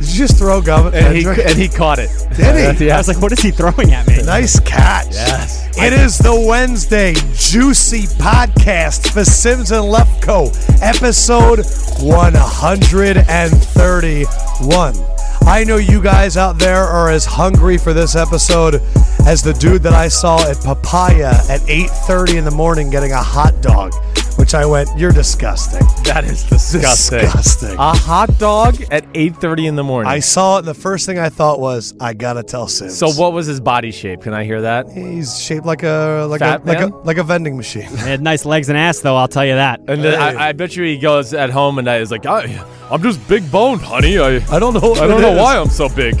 you just throw gum? and he and he caught it. Did he? Yeah, I was like, what is he throwing at me? nice catch. Yes. It is the Wednesday Juicy Podcast for Sims and Lefko, episode 131. I know you guys out there are as hungry for this episode as the dude that I saw at Papaya at 8:30 in the morning getting a hot dog, which I went, "You're disgusting." That is disgusting. Uh, Disgusting. A hot dog at 8:30 in the morning. I saw it and the first thing I thought was, "I got to tell Sims." so what was his body shape? Can I hear that? He's shaped like a like Fat a like, a man? like a vending machine. They had nice legs and ass, though. I'll tell you that. And then Hey. I, I bet you he goes at home and I is like, I, I'm just big boned, honey. I I don't know. I don't know why I'm so big.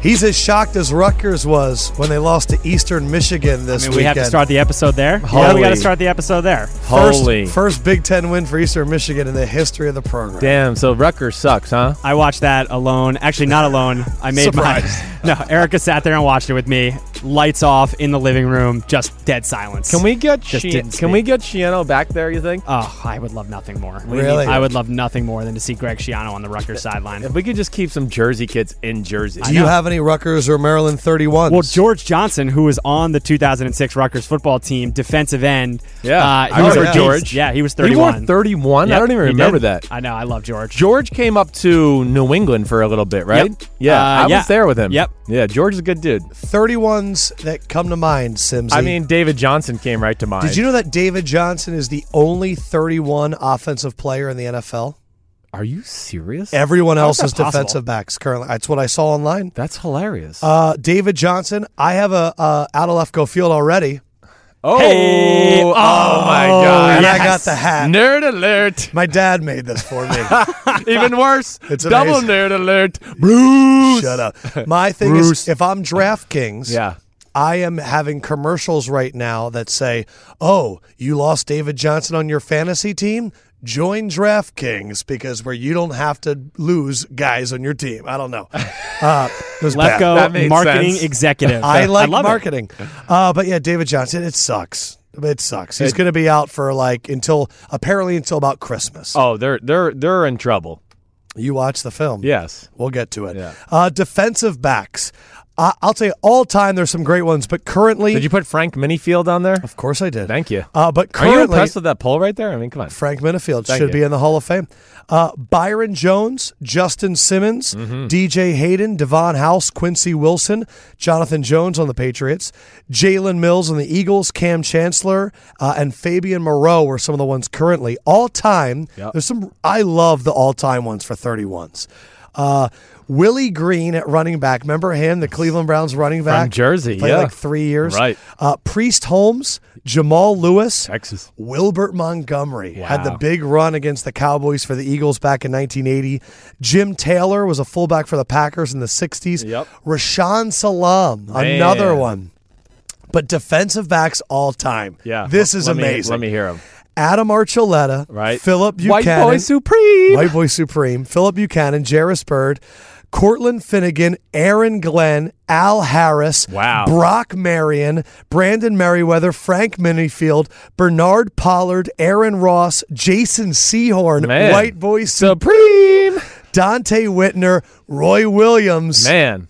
He's as shocked as Rutgers was when they lost to Eastern Michigan this I mean, weekend. we have to start the episode there. Yeah, Holy. we got to start the episode there. first, Holy first Big Ten win for Eastern Michigan in the history of the program. damn! So Rutgers sucks, huh? I watched that alone. Actually, not alone. I made my. No, Erica sat there and watched it with me. Lights off in the living room, just dead silence. Can we get Just Shi- didn't Can we get Shiano back there? You think? Oh, I would love nothing more. We Really? need- I would love nothing more than to see Greg Schiano on the Rutgers sideline. If we could just keep some Jersey kids in Jersey. Do you have any Rutgers or Maryland 31s? Well, George Johnson, who was on the 2006 Rutgers football team, defensive end. Yeah, uh, I he was remember a beast. George. Yeah, he was He wore 31. 31. I Yep, don't even he did. remember that. I know. I love George. George came up to New England for a little bit, right? Yep. Yeah, Uh, I yeah. was there with him. Yep. Yeah, George is a good dude. 31s that come to mind, Simsy. I mean, David Johnson came right to mind. did you know that David Johnson is the only 31 offensive player in the NFL? Are you serious? Everyone else that is possible? defensive backs currently. That's what I saw online. That's hilarious. Uh, David Johnson, I have a uh, out of left go field already, oh, hey. oh, my God! and I got the hat. Nerd alert! My dad made this for me. Even worse, It's double amazing. nerd alert. Bruce, Shut up. My thing Bruce. is, if I'm DraftKings, Yeah. I am having commercials right now that say, "Oh, you lost David Johnson on your fantasy team? Join DraftKings because where you don't have to lose guys on your team." I don't know. Uh, it was bad. That Lefko makes marketing sense. executive. I like love it. marketing, uh, but yeah, David Johnson. It sucks. It sucks. He's It- going to be out for like until apparently until about Christmas. Oh, they're they're they're in trouble. You watch the film, Yes. We'll get to it. Yeah. Uh, defensive backs. Uh, I'll tell you, all time there's some great ones, but currently, Did you put Frank Minifield on there? of course, I did. Thank you. Uh, but Are you currently, impressed with that poll right there? I mean, come on. Frank Minifield Thank should you. be in the Hall of Fame. Uh, Byron Jones, Justin Simmons, Mm-hmm. DJ Hayden, Devon House, Quincy Wilson, Jonathan Jones on the Patriots, Jalen Mills on the Eagles, Cam Chancellor, uh, and Fabian Moreau were some of the ones currently. All time, Yep. there's some. I love the all time ones for 31s. Uh, Willie Green at running back. Remember him, the Cleveland Browns running back? Jersey, Played yeah. like three years. Right. Uh, Priest Holmes, Jamal Lewis, Texas. Wilbert Montgomery had the Wow. big run against the Cowboys for the Eagles back in 1980. Jim Taylor was a fullback for the Packers in the 60s. Yep. Rashawn Salam, another Man. one. But defensive backs all time. Yeah. This is Let me- amazing. let me hear him. Adam Archuleta, Right. Philip White Buchanan, boy supreme. White Boy Supreme, Philip Buchanan, Jarris Bird, Cortland Finnegan, Aaron Glenn, Al Harris, Wow. Brock Marion, Brandon Merriweather, Frank Minifield, Bernard Pollard, Aaron Ross, Jason Seahorn, Man. White Boy Supreme, Supreme. Dante Whitner, Roy Williams, Man.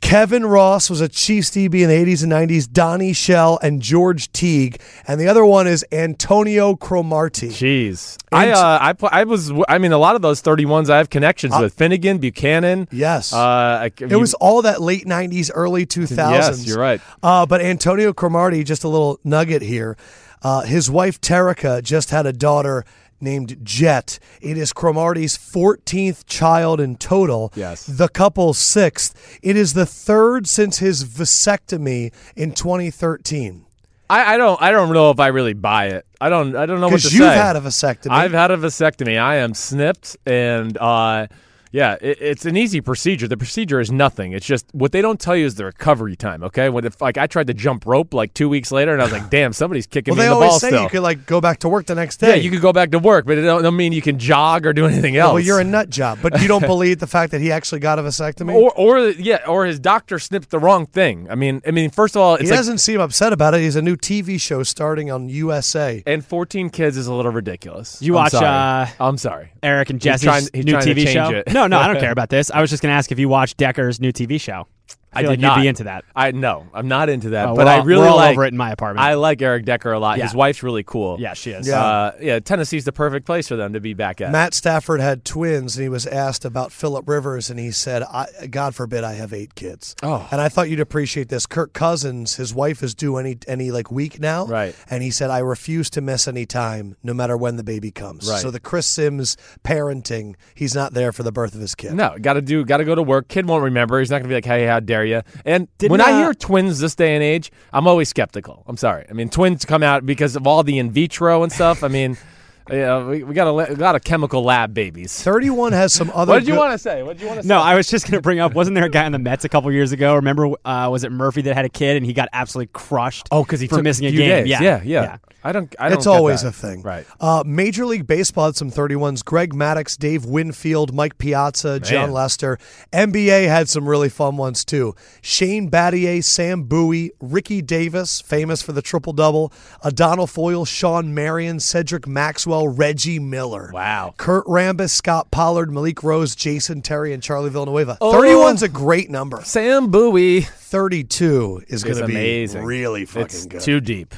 Kevin Ross was a Chiefs DB in the 80s and 90s, Donnie Shell, and George Teague. And the other one is Antonio Cromartie. Jeez. I And- uh, I pl- I was I mean a lot of those 31s I have connections with Finnegan, Buchanan. Uh, Yes. Uh I, It was all that late 90s, early 2000s. Yes, you're right. Uh, but Antonio Cromartie, just a little nugget here. Uh, his wife, Terica, just had a daughter named Jet. It is Cromartie's 14th child in total. Yes. The couple's sixth. It is the third since his vasectomy in 2013. I, I don't I don't know if I really buy it. I don't I don't know what to Because you've say. had a vasectomy. I've had a vasectomy. I am snipped and uh yeah, it, it's an easy procedure. The procedure is nothing. It's just what they don't tell you is the recovery time. Okay, when if like I tried to jump rope like two weeks later, and I was like, "Damn, somebody's kicking well, me they in the always ball." say still. you could like go back to work the next day. yeah, you could go back to work, but it don't, don't mean you can jog or do anything else. Well, you're a nut job, but you don't believe the fact that he actually got a vasectomy. or or yeah, or his doctor snipped the wrong thing. I mean, I mean, first of all, He it's like, doesn't seem upset about it. He's a new TV show starting on USA. and 14 kids is a little ridiculous. You I'm watch, sorry. uh, I'm sorry. Eric and Jesse's trying- he's new trying to TV change show. it. No, no, I don't care about this. I was just going to ask if you watched Decker's new TV show. I, I feel did like not. you'd be into that. I no, I'm not into that. Oh, but we're I all- really we're all like over it in my apartment. I like Eric Decker a lot. His Yeah. wife's really cool. yeah, she is. Yeah. Uh, yeah, Tennessee's the perfect place for them to be back at. Matt Stafford had twins, and he was asked about Philip Rivers, and he said, I, "God forbid I have eight kids." Oh. and I thought you'd appreciate this. Kirk Cousins, his wife is due any any like week now, Right. And he said, "I refuse to miss any time, no matter when the baby comes." Right. So the Chris Sims parenting, he's not there for the birth of his kid. No, got to do, got to go to work. Kid won't remember. He's not gonna be like, "Hey, how dare you?" And Didn't, when I uh, hear twins this day and age, I'm always skeptical. I'm sorry. I mean, twins come out because of all the in vitro and stuff. I mean, yeah, we, we got a la- a lot of chemical lab babies. Thirty-one has some other. What did you good- want to say? What did you want to No, I was just going to bring up. Wasn't there a guy on the Mets a couple years ago? Remember, uh, was it Murphy that had a kid and he got absolutely crushed? Oh, because he for took missing a few game. days. Yeah. yeah, yeah, Yeah. I don't. I don't. It's get always that. a thing. right? Uh, Major League Baseball had some 31s. Greg Maddox, Dave Winfield, Mike Piazza, John Lester. NBA had some really fun ones too. Shane Battier, Sam Bowie, Ricky Davis, famous for the triple double, Adonal Foyle, Sean Marion, Cedric Maxwell, Reggie Miller. Wow. Kurt Rambis, Scott Pollard, Malik Rose, Jason Terry, and Charlie Villanueva. Oh. 31's a great number. Sam Bowie 32 is is going to be amazing. really fucking it's good. Too deep.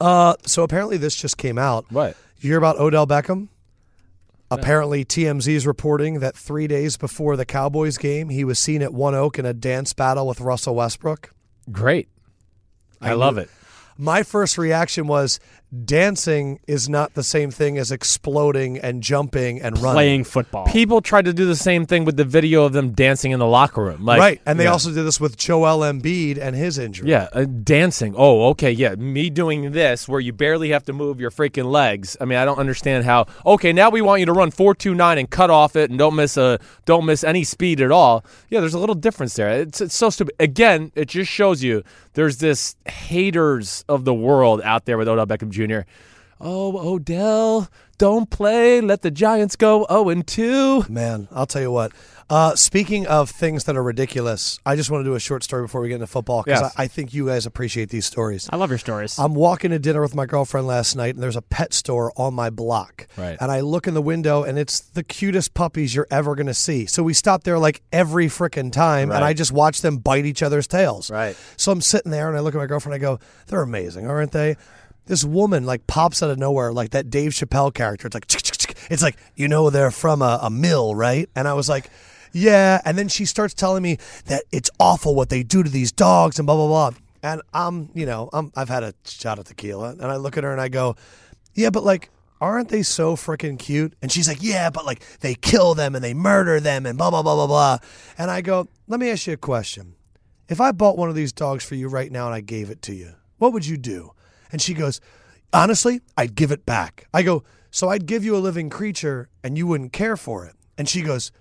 Uh, so apparently this just came out. What? You hear about Odell Beckham? Apparently TMZ is reporting that three days before the Cowboys game, he was seen at One Oak in a dance battle with Russell Westbrook. Great. I, love it. My first reaction was dancing is not the same thing as exploding and jumping and running. Playing football. People tried to do the same thing with the video of them dancing in the locker room. Like, right. And they yeah. also did this with Joel Embiid and his injury. Yeah, uh, dancing. Oh, okay. Yeah, me doing this where you barely have to move your freaking legs. I mean, I don't understand how. Okay, now we want you to run four two nine and cut off it and don't miss a don't miss any speed at all. Yeah, there's a little difference there. It's, it's so stupid. Again, it just shows you there's this haters of the world out there with Odell Beckham Jr. Oh, Odell, don't play. Let the Giants go zero and two. Man, I'll tell you what. Uh, speaking of things that are ridiculous, I just want to do a short story before we get into football because Yes. I, I think you guys appreciate these stories. I love your stories. I'm walking to dinner with my girlfriend last night, and there's a pet store on my block. Right. And I look in the window, and it's the cutest puppies you're ever going to see. So we stop there like every freaking time, and Right. I just watch them bite each other's tails. Right. So I'm sitting there, and I look at my girlfriend. I go, "They're amazing, aren't they?" This woman like pops out of nowhere, like that Dave Chappelle character. It's like, "Chick, chick, chick." it's like you know they're from a, a mill, right? And I was like. Yeah, and then she starts telling me that it's awful what they do to these dogs and blah blah blah. And I'm, you know, I'm, I've had a shot of tequila, and I look at her and I go, "Yeah, but like, aren't they so freaking cute?" And she's like, "Yeah, but like, they kill them and they murder them and blah blah blah blah blah." And I go, "Let me ask you a question. If I bought one of these dogs for you right now and I gave it to you, what would you do?" And she goes, "Honestly, I'd give it back." I go, "So I'd give you a living creature and you wouldn't care for it." And she goes,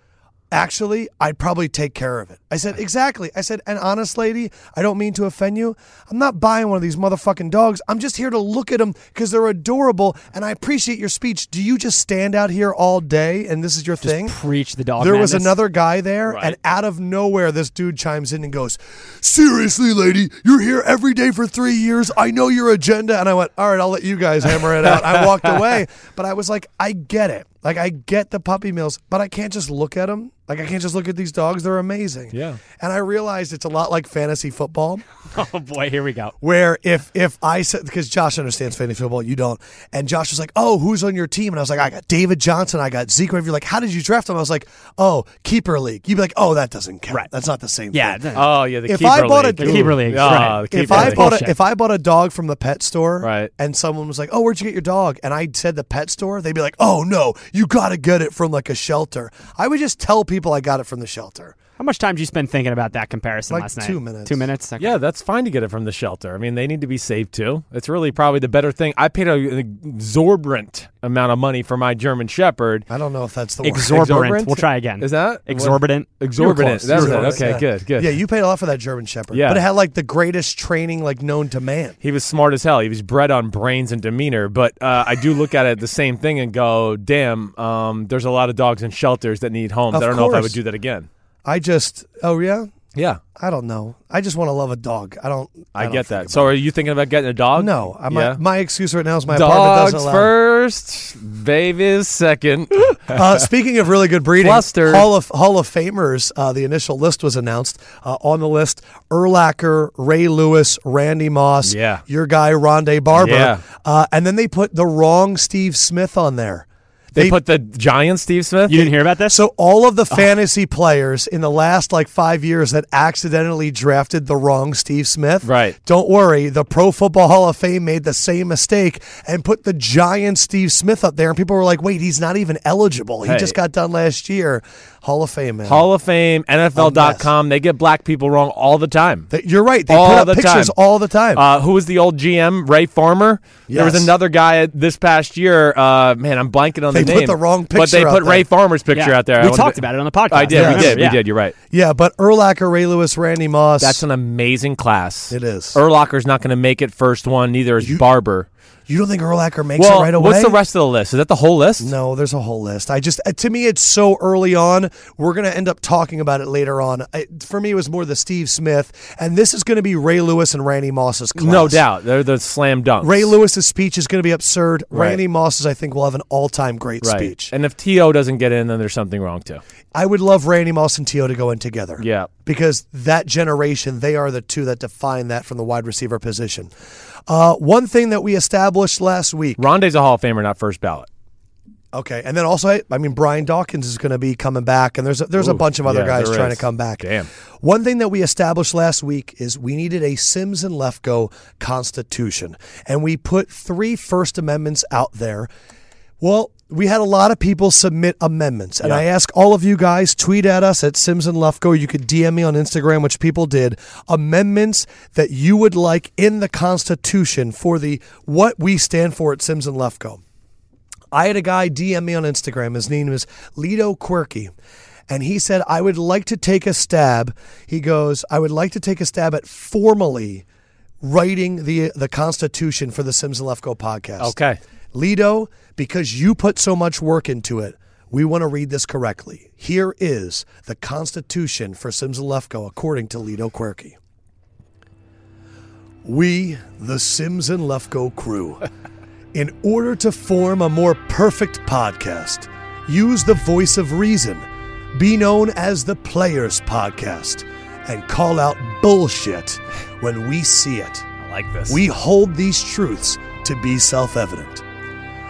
Actually, I'd probably take care of it. I said, exactly. I said, and honest lady, I don't mean to offend you. I'm not buying one of these motherfucking dogs. I'm just here to look at them because they're adorable and I appreciate your speech. Do you just stand out here all day and this is your thing? Preach the dog. There was madness. another guy there, and out of nowhere, this dude chimes in and goes, Seriously, lady, you're here every day for three years. I know your agenda. And I went, All right, I'll let you guys hammer it out. I walked away, but I was like, I get it. Like, I get the puppy mills, but I can't just look at them. Like, I can't just look at these dogs. They're amazing. Yeah. And I realized it's a lot like fantasy football Oh boy, here we go. where if if I said because Josh understands fantasy football, you don't, and Josh was like, "Oh, who's on your team?" And I was like, "I got David Johnson, I got Zeke." Whatever. You're like, "How did you draft him?" I was like, "Oh, keeper league." You'd be like, "Oh, that doesn't count. Right. That's not the same." Yeah, thing." th- Oh yeah, the If keeper I bought a- league. The keeper league, Ah, right. the If keeper I league. bought Bullshit. a, if I bought a dog from the pet store, Right. and someone was like, "Oh, where'd you get your dog?" and I said the pet store, they'd be like, "Oh no, you got to get it from like a shelter." I would just tell people I got it from the shelter. How much time did you spend thinking about that comparison Like last night? two minutes. Two minutes. Okay. Yeah, that's fine to get it from the shelter. I mean, they need to be saved too. It's really probably the better thing. I paid a- an exorbitant amount of money for my German Shepherd. I don't know if that's the word. Exorbitant. We'll try again. Is that exorbitant? Exorbitant. You were close. That You was were it. close. Okay, Yeah. good, good. Yeah, you paid a lot for that German Shepherd. Yeah. But it had like the greatest training like known to man. He was smart as hell. He was bred on brains and demeanor. But uh, I do look at it the same thing and go, damn, um, there's a lot of dogs in shelters that need homes. Of I don't know if I course. would do that again. I just, oh yeah, Yeah, I don't know. I just want to love a dog. I don't. I, don't get think that. So, are you thinking about getting a dog? No, I, my, Yeah. my excuse right now is my apartment Dogs doesn't allow. first, babies second. Uh, speaking of really good breeding, Flustered. Hall of Hall of Famers. Uh, the initial list was announced. Uh, on the list, Erlacher, Ray Lewis, Randy Moss, Yeah. your guy Rondé Barber, Yeah. uh, and then they put the wrong Steve Smith on there. they, put the giant Steve Smith. You didn't hear about this? So all of the fantasy players in the last like five years that accidentally drafted the wrong Steve Smith, Right. Don't worry, the Pro Football Hall of Fame made the same mistake and put the giant Steve Smith up there, and people were like, "Wait, he's not even eligible. He Hey. just got done last year." Hall of Fame, man. Hall of Fame, NFL.com. They get black people wrong all the time. That- You're right. They All put up the pictures time. all the time. Uh, who was the old GM? Ray Farmer. There was Yes. another guy this past year. Uh, man, I'm blanking on They the put name. the wrong but they picture out put Ray there. Farmer's picture Yeah. out there. I We wanna talked be- about it on the podcast. I did. Yes. We did. Yeah. We did. You're right. yeah, but Erlacher, Ray Lewis, Randy Moss. That's an amazing class. It is. Erlacher's not going to make it first one. Neither is Barber. you don't think Erlacher makes Well, it right away? what's the rest of the list? Is that the whole list? No, there's a whole list. I just, uh, to me, it's so early on. We're going to end up talking about it later on. I, for me, it was more the Steve Smith, and this is going to be Ray Lewis and Randy Moss's class. No doubt. They're the slam dunks. Ray Lewis's speech is going to be absurd. Right. Randy Moss's, I think, will have an all-time great right. speech. And if T.O. doesn't get in, then there's something wrong, too. I would love Randy Moss and Tio to go in together. Yeah. Because that generation, they are the two that define that from the wide receiver position. Uh, one thing that we established last week. Rondé's a Hall of Famer, not first ballot. Okay. And then also, I- I mean, Brian Dawkins is going to be coming back, and there's a, there's a bunch of other yeah, guys there trying is. to come back. Damn. One thing that we established last week is we needed a Sims and Lefko constitution, and we put three First Amendments out there. Well, we had a lot of people submit amendments, and I ask all of you guys tweet at us at Sims and Lefko. You could DM me on Instagram, which people did. Amendments that you would like in the Constitution for the what we stand for at Sims and Lefko. I had a guy DM me on Instagram. His name is Lido Quirky. And he said, I would like to take a stab. He goes, I would like to take a stab at formally writing the the Constitution for the Sims and Lefko podcast. Okay. Lido, because you put so much work into it, we want to read this correctly. Here is the Constitution for Sims and Lefko according to Lido Quirky. We, the Sims and Lefko crew, in order to form a more perfect podcast, use the voice of reason, be known as the Players Podcast, and call out bullshit when we see it. I like this. We hold these truths to be self evident.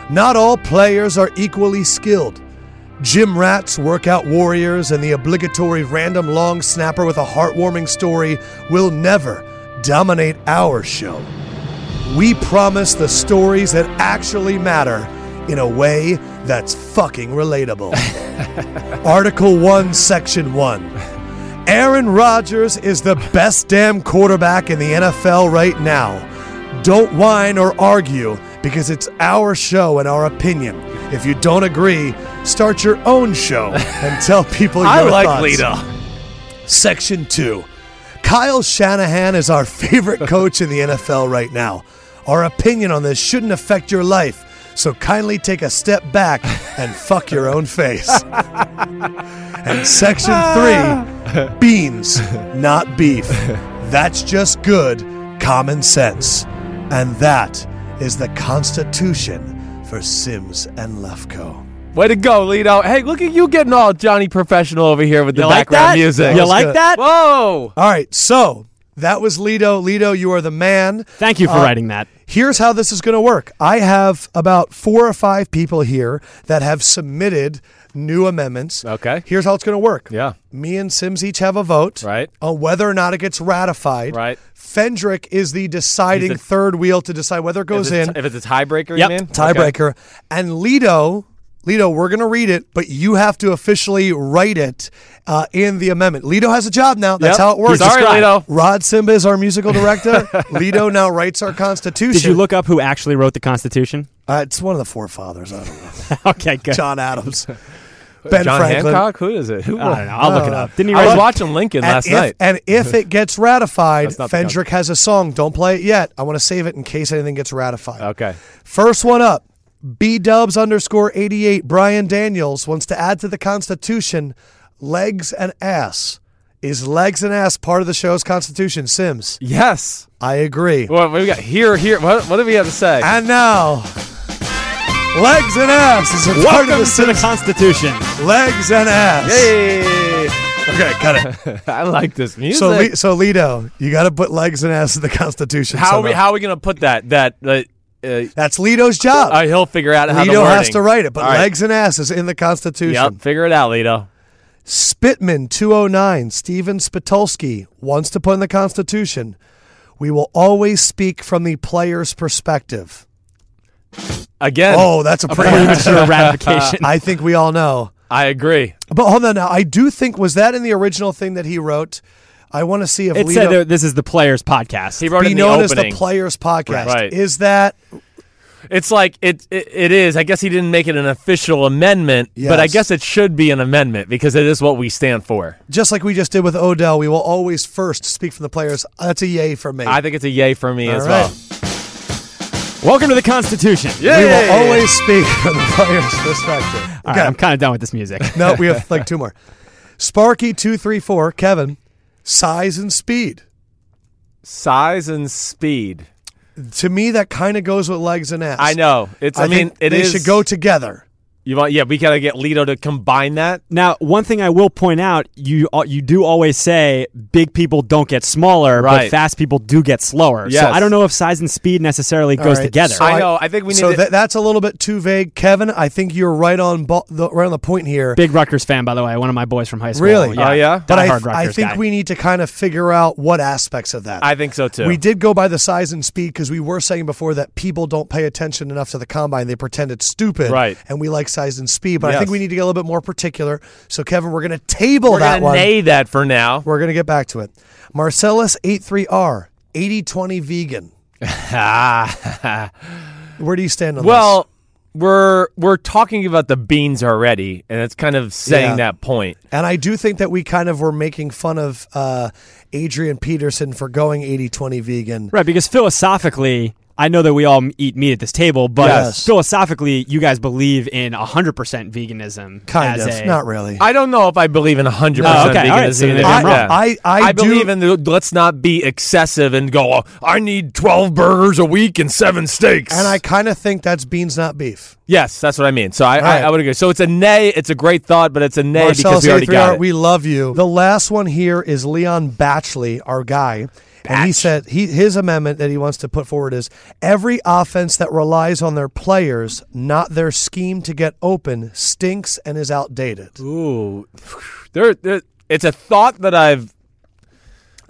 Not all players are equally skilled. Gym rats, workout warriors, and the obligatory random long snapper with a heartwarming story will never dominate our show. We promise the stories that actually matter in a way that's fucking relatable. Article 1, Section 1. Aaron Rodgers is the best damn quarterback in the NFL right now. Don't whine or argue because it's our show and our opinion. If you don't agree, start your own show and tell people your I like thoughts. Lita. Section 2. Kyle Shanahan is our favorite coach in the NFL right now. Our opinion on this shouldn't affect your life, so kindly take a step back and fuck your own face. and section 3 beans, not beef. That's just good common sense. And that is the Constitution for Sims and Lefko. Way to go, Lito. Hey, look at you getting all Johnny professional over here with the you like background that? music. You was like good. that? Whoa. All right, so that was Lido. Lido, you are the man. Thank uh, you for writing that. Here's how this is going to work. I have about four or five people here that have submitted new amendments. Okay. Here's how it's going to work. Yeah. Me and Sims each have a vote. Right. On whether or not it gets ratified. Right. Fendrick is the deciding He's the- third wheel to decide whether it goes If it's, in. if it's a tiebreaker, Yep. you mean? Okay. Tiebreaker. And Lido, Lido, we're going to read it, but you have to officially write it uh, in the amendment. Lido has a job now. That's Yep. how it works. Sorry, Lido. Rod Simba is our musical director. Lido now writes our constitution. Did you look up who actually wrote the Constitution? Uh, it's one of the forefathers. I don't know. okay, good. John Adams, Ben John Franklin. Hancock? Who is it? Who I don't know. I'll look it up. Didn't he I was write watching Lincoln And last Oh. if, night. and if it gets ratified, That's not the Fendrick has a song. Don't play it yet. I want to save it in case anything gets ratified. Okay. First one up. B Dubs underscore eighty eight. Brian Daniels wants to add to the Constitution legs and ass. Is legs and ass part of the show's constitution? Sims, Yes. I agree. What, what do we got here? Here. What, what do we have to say? And now, legs and ass is a part of Welcome the to the Sims. Constitution. legs and ass. Hey. Okay, cut it. I like this music. so, Le- so Lido, you got to put legs and ass in the constitution. how are we somehow. how are we gonna put that? That uh, uh, That's Lido's job. uh, he'll figure out how Lido the has wording. to write it, but All right. legs and ass is in the constitution. Yep, figure it out, Lito. Spitman 209, Steven Spitulski, wants to put in the Constitution. We will always speak from the player's perspective. Again, Oh, that's a pretty. Premature ratification. I think we all know. I agree. But hold on now. I do think, was that in the original thing that he wrote? I want to see if It Lido said that this is the players' podcast. He wrote it be in the known as the opening. Players Podcast. Right. Is that. It's like it, it it is. I guess he didn't make it an official amendment, but I Yes. guess it should be an amendment because it is what we stand for. Just like we just did with Odell, we will always first speak from the players. That's a yay for me. I think it's a yay for me All as right. well. Welcome to the Constitution. We will always speak from the player's perspective. All right, I'm kind of done with this music. No, we have like two more. Sparky two three four. Kevin, size and speed. size and speed. To me, that kind of goes with legs and ass. I know. It's. I, mean, think it they is- should go together. You want? Yeah, we gotta get Lito to combine that. Now, one thing I will point out, you al- you do always say big people don't get smaller, but Right. fast people do get slower. Yes. So I don't know if size and speed necessarily All goes right, together. so I know, I think we need So to- that- that's a little bit too vague, Kevin. I think you're right on bo- the, right on the point here. Big Rutgers fan, by the way, one of my boys from high school. Really? Oh, yeah? but I, Diehard Rutgers I think guy. we need to kind of figure out what aspects of that. I think so too. we did go by the size and speed because we were saying before that people don't pay attention enough to the combine. They pretend it's stupid. Right. And we like size and speed, but I Yes. think we need to get a little bit more particular. So, Kevin, we're going to table We're that gonna one. nay that for now. We're going to get back to it. Marcellus83R, 8020 vegan. Ah. Where do you stand on this? Well, we're we're talking about the beans already, and it's kind of saying Yeah. that point. And I do think that we kind of were making fun of uh, Adrian Peterson for going 8020 vegan. Right, because philosophically, I know that we all m- eat meat at this table, but Yes. philosophically, you guys believe in 100% veganism. Kind as of. a- Not really. I don't know if I believe in 100% Oh, okay. veganism. All right. So then either. I'm Yeah. wrong. I- I do- believe in the, let's not be excessive and go, oh, I need 12 burgers a week and seven steaks. and I kind of think that's beans, not beef. Yes, that's what I mean. So I, right. I, I would agree. So it's a nay. It's a great thought, but it's a nay because Marcellus we already got 83R, it. we love you. The last one here is Leon Batchley, our guy. And he said he, his amendment that he wants to put forward is every offense that relies on their players, not their scheme to get open, stinks and is outdated. Ooh. There, there, it's a thought that I've.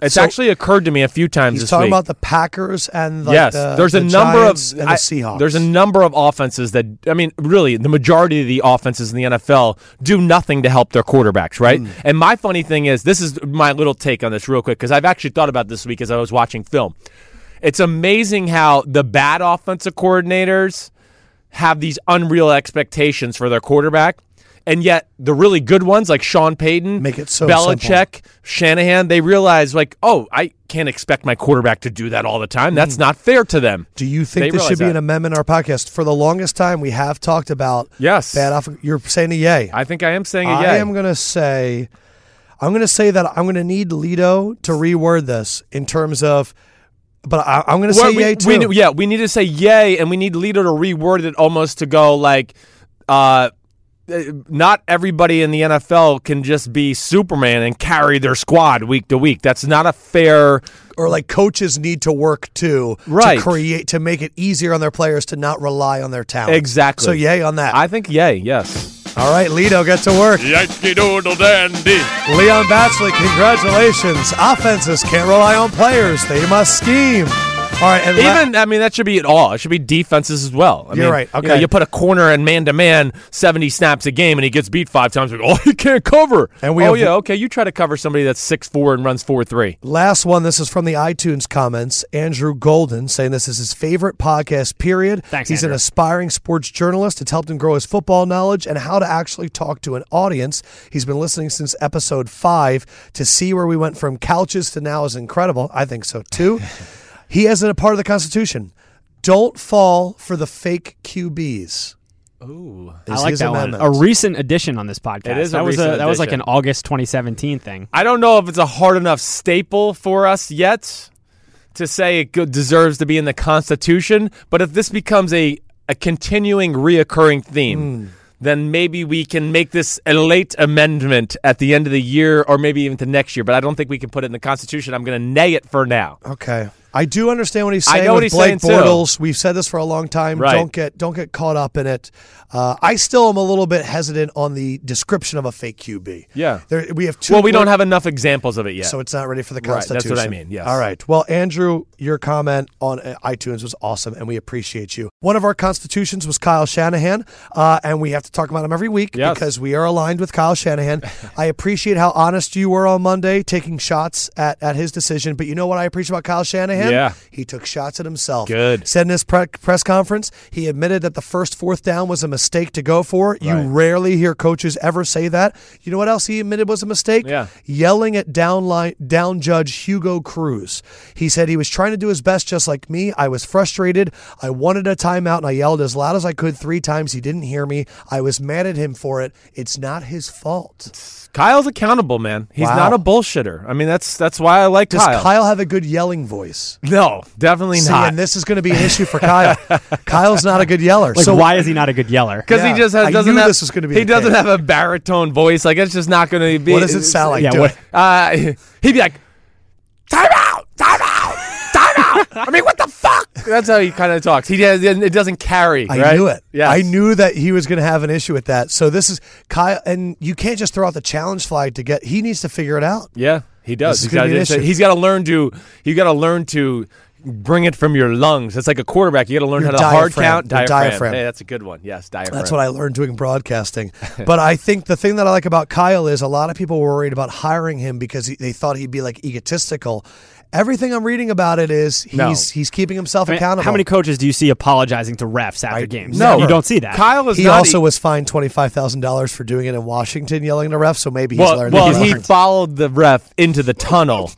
It's So- actually occurred to me a few times He's this talking week. about the Packers and like yes, the, there's a the number Giants of and the I- Seahawks. There's a number of offenses that I mean, really, the majority of the offenses in the NFL do nothing to help their quarterbacks, right? Mm. And my funny thing is, this is my little take on this real quick because I've actually thought about this week as I was watching film. It's amazing how the bad offensive coordinators have these unreal expectations for their quarterback. And yet, the really good ones like Sean Payton, Make it so Belichick, simple. Shanahan, they realize like, oh, I can't expect my quarterback to do that all the time. That's Mm. not fair to them. Do you They think this realize should be that. an amendment in our podcast? For the longest time, we have talked about Yes. bad off. You're saying a yay. I think I am saying a I yay. am going to say, I'm going to say that I'm going to need Lido to reword this in terms of, but I, I'm going to say Well, we, yay too. we need- yeah, we need to say yay, and we need Lito to reword it almost to go like, uh, uh, not everybody in the NFL can just be Superman and carry their squad week to week. That's not a fair. or like coaches need to work too Right. to create to make it easier on their players to not rely on their talent. Exactly. So yay on that. I think yay. Yes. All right, Lido, get to work. Yankee doodle dandy. Leon Batchley, congratulations. Offenses can't rely on players. They must scheme. All right, and la- Even I mean that should be it all. It should be defenses as well. I You're mean, right. you know, Okay. you put a corner and man to man, seventy snaps a game, and he gets beat five times. We go, Oh, he can't cover. And we oh have- yeah, okay. You try to cover somebody that's six four and runs four three. last one, this is from the iTunes comments. Andrew Golden saying this is his favorite podcast, period. Thanks, He's an Andrew. aspiring sports journalist. It's helped him grow his football knowledge and how to actually talk to an audience. He's been listening since episode five to see where we went from couches to now is incredible. I think so too. he has a part of the Constitution. Don't fall for the fake QBs. Ooh. is I like his that one. amendment. A recent addition on this podcast. It is a that was recent that was like an addition. August 2017 thing. I don't know if it's a hard enough staple for us yet to say it go- deserves to be in the Constitution, but if this becomes a, a continuing, reoccurring Hmm. theme, then maybe we can make this a late amendment at the end of the year or maybe even to next year, but I don't think we can put it in the Constitution. I'm going to nay it for now. Okay. I do understand what he's I saying know what with he's Blake saying, too. Bortles. We've said this for a long time. Right. Don't get don't get caught up in it. Uh, I still am a little bit hesitant on the description of a fake QB. Yeah. There, we have two. Well, we don't word- have enough examples of it yet. so it's not ready for the Right, that's what I Constitution. mean, yes. All right. Well, Andrew, your comment on uh, iTunes was awesome, and we appreciate you. One of our constitutions was Kyle Shanahan, uh, and we have to talk about him every week Yes. because we are aligned with Kyle Shanahan. I appreciate how honest you were on Monday, taking shots at, at his decision. But you know what I appreciate about Kyle Shanahan? Yeah. He took shots at himself. Good. Said in his pre- press conference, he admitted that the first fourth down was a mistake to go for. You Right. rarely hear coaches ever say that. You know what else he admitted was a mistake? Yeah. yelling at downline down judge Hugo Cruz. He said he was trying to do his best just like me. I was frustrated. I wanted a timeout and I yelled as loud as I could 3 times. He didn't hear me. I was mad at him for it. It's not his fault. Kyle's accountable, man. He's Wow. not a bullshitter. I mean, that's that's why I like Does Kyle. Kyle, have a good yelling voice? No, definitely See, not. and this is going to be an issue for Kyle. Kyle's not a good yeller. Like, so why is he not a good yeller? because Yeah, he just I has, doesn't knew have this was gonna be he the doesn't case. have a baritone voice. Like it's just not going to be. what does it sound like? yeah, Do what- it. Uh, he'd be like, "Time out! Time out! Time out!" I mean, what the fuck? That's how he kind of talks. He does, it doesn't carry. I right? knew it. Yes. I knew that he was going to have an issue with that. So this is Kyle, and you can't just throw out the challenge flag to get. He needs to figure it out. Yeah, he This is does. He's gonna got, be an issue. he's got to learn to. You got to learn to bring it from your lungs. It's like a quarterback. You got to learn Your how to hard diaphragm, count your diaphragm. diaphragm. Hey, that's a good one. Yes, diaphragm. That's what I learned doing broadcasting. but I think the thing that I like about Kyle is a lot of people were worried about hiring him because he, they thought he'd be like egotistical. Everything I'm reading about it is he's No. he's keeping himself I mean, accountable. how many coaches do you see apologizing to refs after games? never. you don't see that. Kyle is he not e- also was fined twenty five thousand dollars for doing it in Washington, yelling at a ref. So maybe he's well, learned. well his he lesson. followed the ref into the tunnel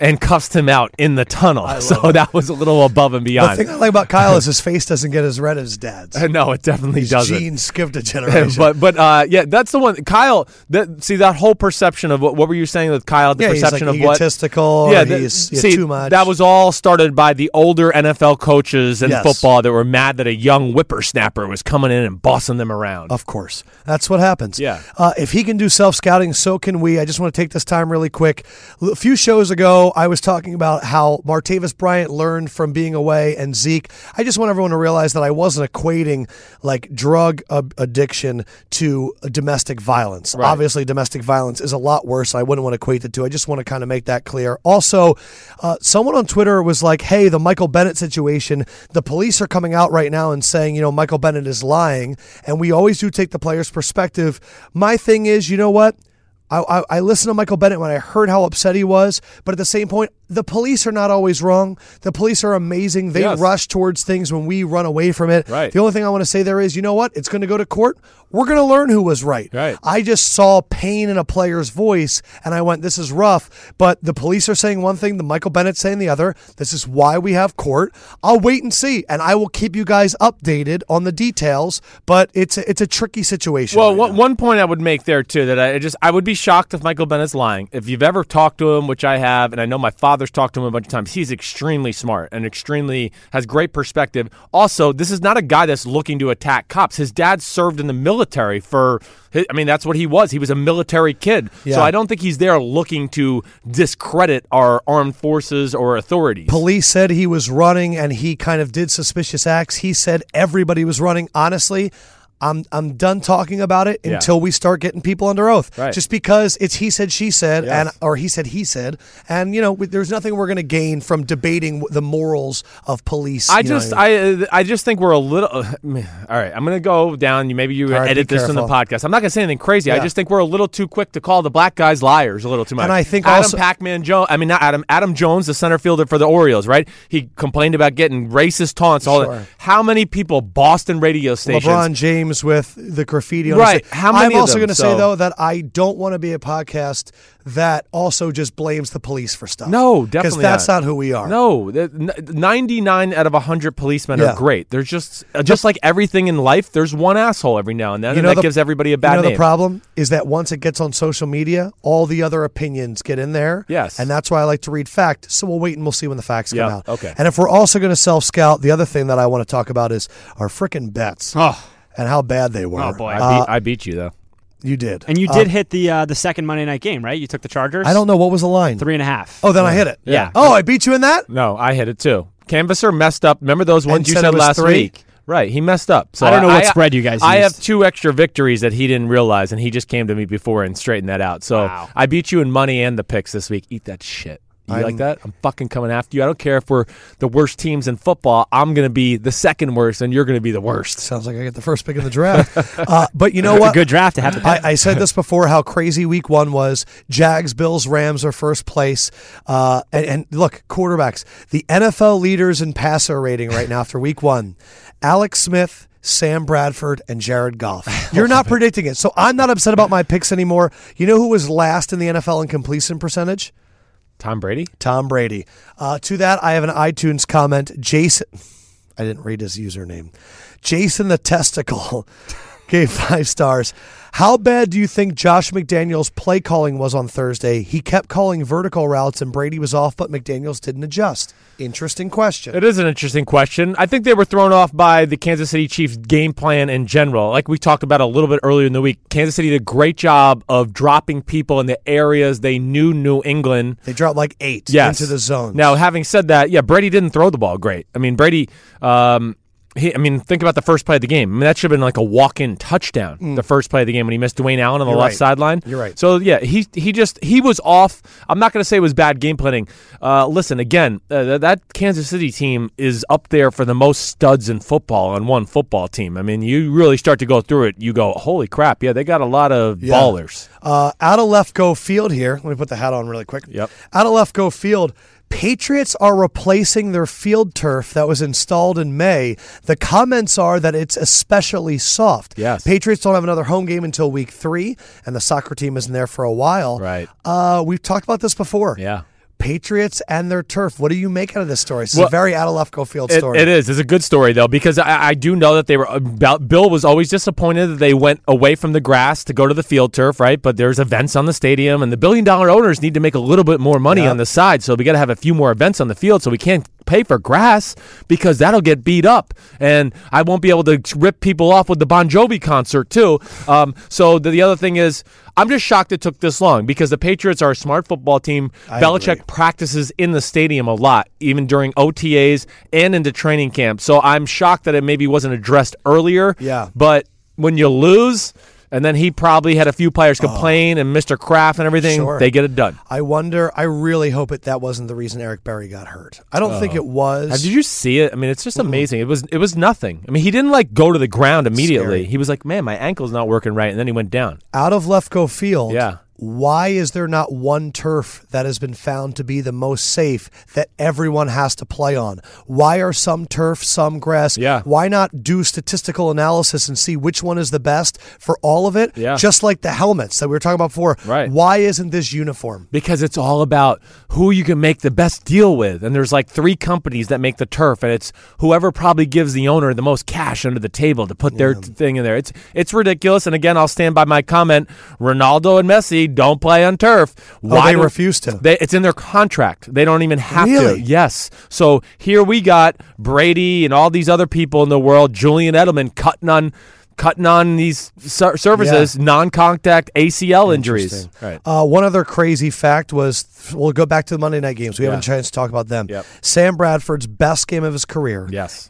and cussed him out in the tunnel. So that was a little above and the beyond. thing I like about Kyle is his face doesn't get as red as his dad's. no, it definitely His doesn't. genes skipped a generation. but but uh, yeah, that's the one. Kyle, that, see that whole perception of what, what were you saying with Kyle? The yeah, he's like perception of what? egotistical. Or yeah, that- he's yeah, see, too much. That was all started by the older NFL coaches in Yes. football that were mad that a young whippersnapper was coming in and bossing them around. Of course. That's what happens. Yeah. Uh, if he can do self scouting, so can we. I just want to take this time really quick. L- A few shows ago, I was talking about how Martavis Bryant learned from being away and Zeke. I just want everyone to realize that I wasn't equating like drug ab- addiction to domestic violence. Obviously, domestic violence is a lot worse. I wouldn't want to equate the two. I just want to kind of make that clear. Also, uh, someone on Twitter was like, hey, the Michael Bennett situation, the police are coming out right now and saying, you know, Michael Bennett is lying. And we always do take the player's perspective. My thing is, you know what? I, I, I listened to Michael Bennett when I heard how upset he was, but at the same point, the police are not always wrong. The police are amazing. They Yes. rush towards things when we run away from it. Right. The only thing I want to say there is, you know what? It's going to go to court. We're going to learn who was right. Right. I just saw pain in a player's voice and I went, this is rough. But the police are saying one thing, the Michael Bennett's saying the other. This is why we have court. I'll wait and see, and I will keep you guys updated on the details. But it's a, it's a tricky situation. Well, right one, now. one point I would make there too that I just I would be shocked if Michael Bennett's lying. If you've ever talked to him, which I have, and I know my father's talked to him a bunch of times, he's extremely smart and extremely has great perspective. Also, this is not a guy that's looking to attack cops. His dad served in the military for. hi- I mean, that's what he was. He was a military kid. Yeah. So I don't think he's there looking to discredit our armed forces or authorities. Police said he was running and he kind of did suspicious acts. He said everybody was running. Honestly, I'm I'm done talking about it Yeah. until we start getting people under oath. Right. Just because it's he said she said Yes. and or he said he said and you know we, there's nothing we're going to gain from debating the morals of police. I you know what just, mean? I, uh, I just think we're a little. uh, all right, I'm gonna go down. You maybe you right, edit be this in the careful. podcast. I'm not gonna say anything crazy. I Yeah. just think we're a little too quick to call the black guys liars a little too much. I think Adam also- Pacman Jones. I mean, not Adam. Adam Jones, the center fielder for the Orioles, right? He complained about getting racist taunts. All Sure. that. How many people Boston radio stations? LeBron James names with the graffiti. On Right. The How many I'm of also them? going to say So- though that I don't want to be a podcast that also just blames the police for stuff. No, because definitely that's not. not. who we are. No, the- n- 99 out of 100 policemen Yeah. are great. They're just uh, just like everything in life. There's one asshole every now and then, You and know that the- gives everybody a You bad know name. the problem is that once it gets on social media, all the other opinions get in there. Yes. and that's why I like to read fact. So we'll wait and we'll see when the facts come Yeah, out. okay. And if we're also going to self scout, the other thing that I want to talk about is our freaking bets Oh, and how bad they were. Oh, boy. I, Uh, beat, I beat you though. you did, and you Uh, did hit the uh, the second Monday night game, right? You took the Chargers. I don't know what was the line. three and a half. Oh, then I hit it. Yeah. Oh, I beat you in that. No, I hit it too. Canvasser messed up. Remember those ones you said it said was last three? week? Right, he messed up. So I don't know what spread you guys I used. have two extra victories that he didn't realize, and he just came to me before and straightened that out. So Wow. I beat you in money and the picks this week. Eat that shit. You like that? I'm fucking coming after you. I don't care if we're the worst teams in football. I'm gonna be the second worst, and you're gonna be the worst. Sounds like I get the first pick in the draft. uh, but you know It's what? Uh, a good draft to have to pick. I, I said this before how crazy week one was. Jags, Bills, Rams are first place. Uh, and, and look, quarterbacks. The NFL leaders in passer rating right now after week one Alex Smith, Sam Bradford, and Jared Goff. You're not predicting it. So I'm not upset about my picks anymore. You know who was last in the NFL in completion percentage? Tom Brady. Tom Brady. Uh, to that, I have an iTunes comment. Jason, I didn't read his username. Jason the Testicle gave five stars. How bad do you think Josh McDaniels' play calling was on Thursday? He kept calling vertical routes and Brady was off, but McDaniels didn't adjust. Interesting question. It is an interesting question. I think they were thrown off by the Kansas City Chiefs game plan in general. Like we talked about a little bit earlier in the week, Kansas City did a great job of dropping people in the areas they knew New England They dropped like eight yes. into the zone. Now, having said that, yeah, Brady didn't throw the ball great. I mean, Brady. Um, he, I mean, think about the first play of the game. I mean, that should have been like a walk-in touchdown. The first play of the game when he missed Dwayne Allen on the Mm. You're left right. sideline. You're right. So yeah, he he just he was off. I'm not going to say it was bad game planning. Uh, listen, again, uh, th- that Kansas City team is up there for the most studs in football on one football team. I mean, you really start to go through it. You go, holy crap! Yeah, they got a lot of ballers. Uh, out of left go field here. Let me put the hat on really quick. Yep. Out of left go field. Patriots are replacing their field turf that was installed in May. The comments are that it's especially soft. Yes. Patriots don't have another home game until week three, and the soccer team isn't there for a while. Right. Uh, we've talked about this before. Yeah. Patriots and their turf. What do you make out of this story? It's Well, a very out of left go field It- story. it is. It's a good story though because I, I do know that they were. About, Bill was always disappointed that they went away from the grass to go to the field turf, right? But there's events on the stadium, and the billion dollar owners need to make a little bit more money Yeah. on the side, so we got to have a few more events on the field, so we can't pay for grass because that'll get beat up, and I won't be able to rip people off with the Bon Jovi concert too. Um, so the, the other thing is. I'm just shocked it took this long because the Patriots are a smart football team. Belichick practices in the stadium a lot, even during OTAs and into training camp. So I'm shocked that it maybe wasn't addressed earlier. Yeah. But when you lose, and then he probably had a few players complain, and Mr. Kraft and everything, Oh. Sure. they get it done. I wonder. I really hope it that wasn't the reason Eric Berry got hurt. I don't think it was. Uh, Did you see it? I mean, it's just amazing. It was it was nothing. I mean, he didn't like go to the ground immediately. He was like, "Man, my ankle's not working right," and then he went down. out of left go field. Yeah. Why is there not one turf that has been found to be the most safe that everyone has to play on? Why are some turf, some grass? Yeah. Why not do statistical analysis and see which one is the best for all of it? Yeah. Just like the helmets that we were talking about before. Right. Why isn't this uniform? because it's all about who you can make the best deal with. And there's like three companies that make the turf, and it's whoever probably gives the owner the most cash under the table to put their t- thing in there. It's it's ridiculous. And again, I'll stand by my comment: Ronaldo and Messi don't play on turf. Oh, they do- refuse to. They, it's in their contract. They don't even have Really? to. Yes. So here we got Brady and all these other people in the world, Julian Edelman cutting on. Cutting on these ser- services, non-contact ACL injuries. Right. Uh, one other crazy fact was we'll go back to the Monday night games. We haven't had a chance to talk about them. Yep. Sam Bradford's best game of his career. Yes.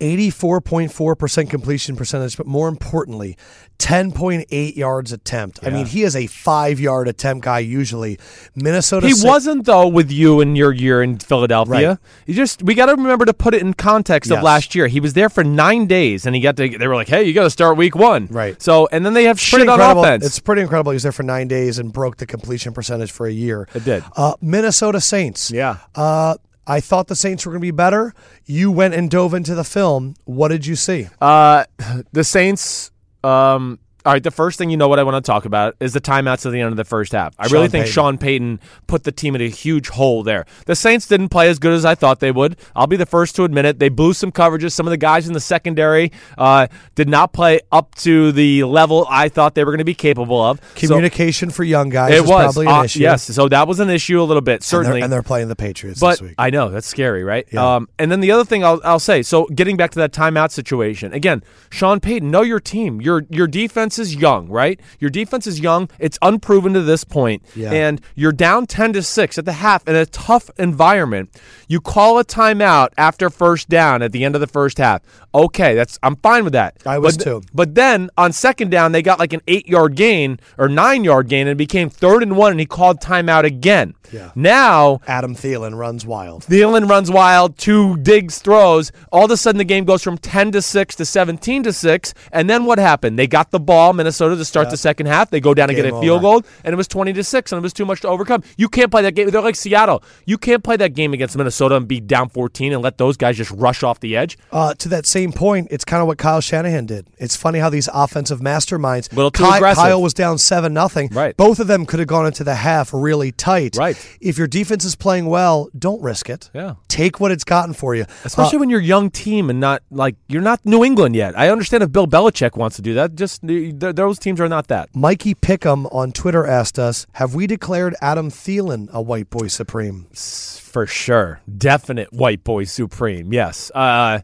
84.4% completion percentage, but more importantly, 10.8 yards attempt. I mean, he is a five yard attempt guy usually. Minnesota. He Sa- wasn't though with you in your year in Philadelphia. Right. You just we got to remember to put it in context Yes. of last year. He was there for nine days, and he got to. They were like, "Hey, you got to start week one." Right. So, and then they have shit Pretty on incredible. offense. It's pretty incredible. He was there for nine days and broke the completion percentage for a year. It did. Uh, Minnesota Saints. Yeah. Uh, I thought the Saints were going to be better. You went and dove into the film. What did you see? uh, the Saints Um, all right, the first thing you know what I want to talk about is the timeouts at the end of the first half. I really Sean think Payton. Sean Payton put the team in a huge hole there. The Saints didn't play as good as I thought they would. I'll be the first to admit it. They blew some coverages. Some of the guys in the secondary uh, did not play up to the level I thought they were going to be capable of. So- Communication for young guys is it was probably an uh, issue. yes. So that was an issue a little bit, And they're, certainly. and they're playing the Patriots But this week. I know that's scary, right? Yeah. Um, and then the other thing I'll, I'll say. So getting back to that timeout situation again, Sean Payton, know your team. Your your defense is young, right? Your defense is young. It's unproven to this point, Yeah. and you're down ten to six at the half in a tough environment. You call a timeout after first down at the end of the first half. Okay, that's I'm fine with that. I was But- too. but then on second down, they got like an eight yard gain or nine yard gain, and it became third and one, and he called timeout again. Yeah. Now Adam Thielen runs wild. Thielen runs wild, two digs throws. All of a sudden, the game goes from 10 to 6 to 17 to 6. And then what happened? They got the ball, Minnesota, to start the second half. They go down and get Game a field over. goal, and it was 20 to 6, and it was too much to overcome. You can't play that game. They're like Seattle. You can't play that game against Minnesota and be down 14 and let those guys just rush off the edge. Uh, to that same point, it's kind of what Kyle Shanahan did. It's funny how these offensive masterminds. Little too Ky- aggressive. Kyle was down seven nothing. Right. Both of them could have gone into the half really tight. Right. If your defense is playing well, don't risk it. Yeah. Take what it's gotten for you. Uh, Especially when you're a young team and not like you're not New England yet. I understand if Bill Belichick wants to do that. Just th- those teams are not that. Mikey Pickham on Twitter asked us, "Have we declared Adam Thielen a white boy supreme?" for sure. Definite white boy supreme. Yes. Uh,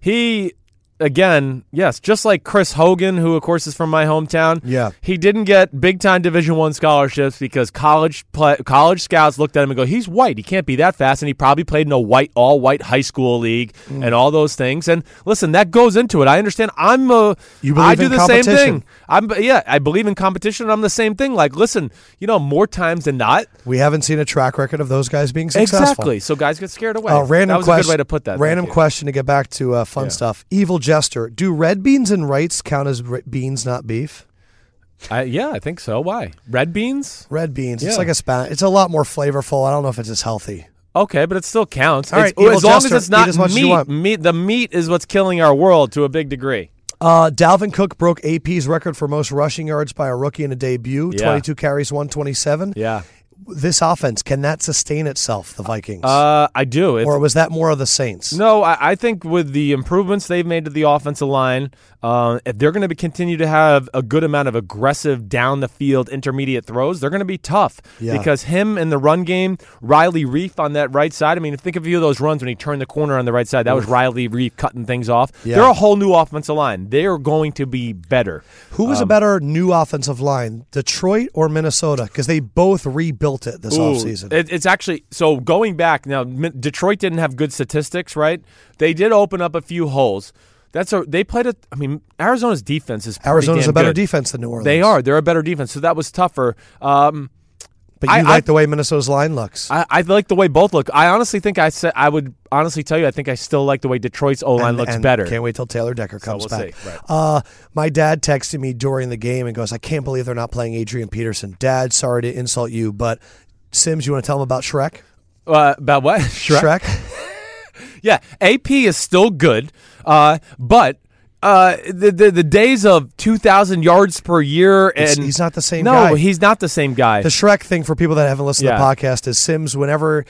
he, again, yes, just like Chris Hogan, who of course is from my hometown. Yeah. He didn't get big time Division One scholarships because college play, college scouts looked at him and go, he's white. He can't be that fast, and he probably played in a white all white high school league Mm. and all those things. And listen, that goes into it. I understand. I'm a You I believe do in the same competition. thing. I'm yeah. I believe in competition. and I'm the same thing. Like listen, you know, more times than not. We haven't seen a track record of those guys being successful. Exactly. So guys get scared away. Uh, random that was question, a good way to put that. Random Thank you. question to get back to uh, fun stuff. Evil Jester, do red beans and rights count as r- beans, not beef? I, yeah, I think so. Why? Red beans? Red beans. It's Yeah. like a Spanish. It's a lot more flavorful. I don't know if it's as healthy. Okay, but it still counts. All It's- right, Evil as long Jester, as it's not eat as much as you meat, want. meat. The meat is what's killing our world to a big degree. Uh, Dalvin Cook broke AP's record for most rushing yards by a rookie in a debut. Yeah. 22 carries, 127. Yeah. This offense can that sustain itself? The Vikings, Uh, I do. It's, or was that more of the Saints? no, I, I think with the improvements they've made to the offensive line, uh, if they're going to continue to have a good amount of aggressive down the field intermediate throws, they're going to be tough Yeah. because him in the run game, Riley Reef on that right side. I mean, think of a few of those runs when he turned the corner on the right side. That was Riley Reef cutting things off. Yeah. They're a whole new offensive line. They are going to be better. Who Um, was a better new offensive line, Detroit or Minnesota? Because they both rebuilt it this Ooh, offseason. It, it's actually so going back now. Min- Detroit didn't have good statistics, right? They did open up a few holes. That's a they played a. I mean, Arizona's defense is pretty Arizona's damn a better good. defense than New Orleans. They are. They're a better defense, so that was tougher. Um, But you I- like I- the way Minnesota's line looks. I, I like the way both look. I honestly think I said I would honestly tell you I think I still like the way Detroit's O line And- looks and better. Can't wait till Taylor Decker comes we'll back. see, right. Uh, my dad texted me during the game and goes, "I can't believe they're not playing Adrian Peterson." Dad, sorry to insult you, but Sims, you want to tell him about Shrek? Uh, about what? Shrek? Yeah, AP is still good, uh, but uh, the, the the days of two thousand yards per year and It's- he's not the same No, guy. he's not the same guy. The Shrek thing for people that haven't listened Yeah. to the podcast is Sims. Whenever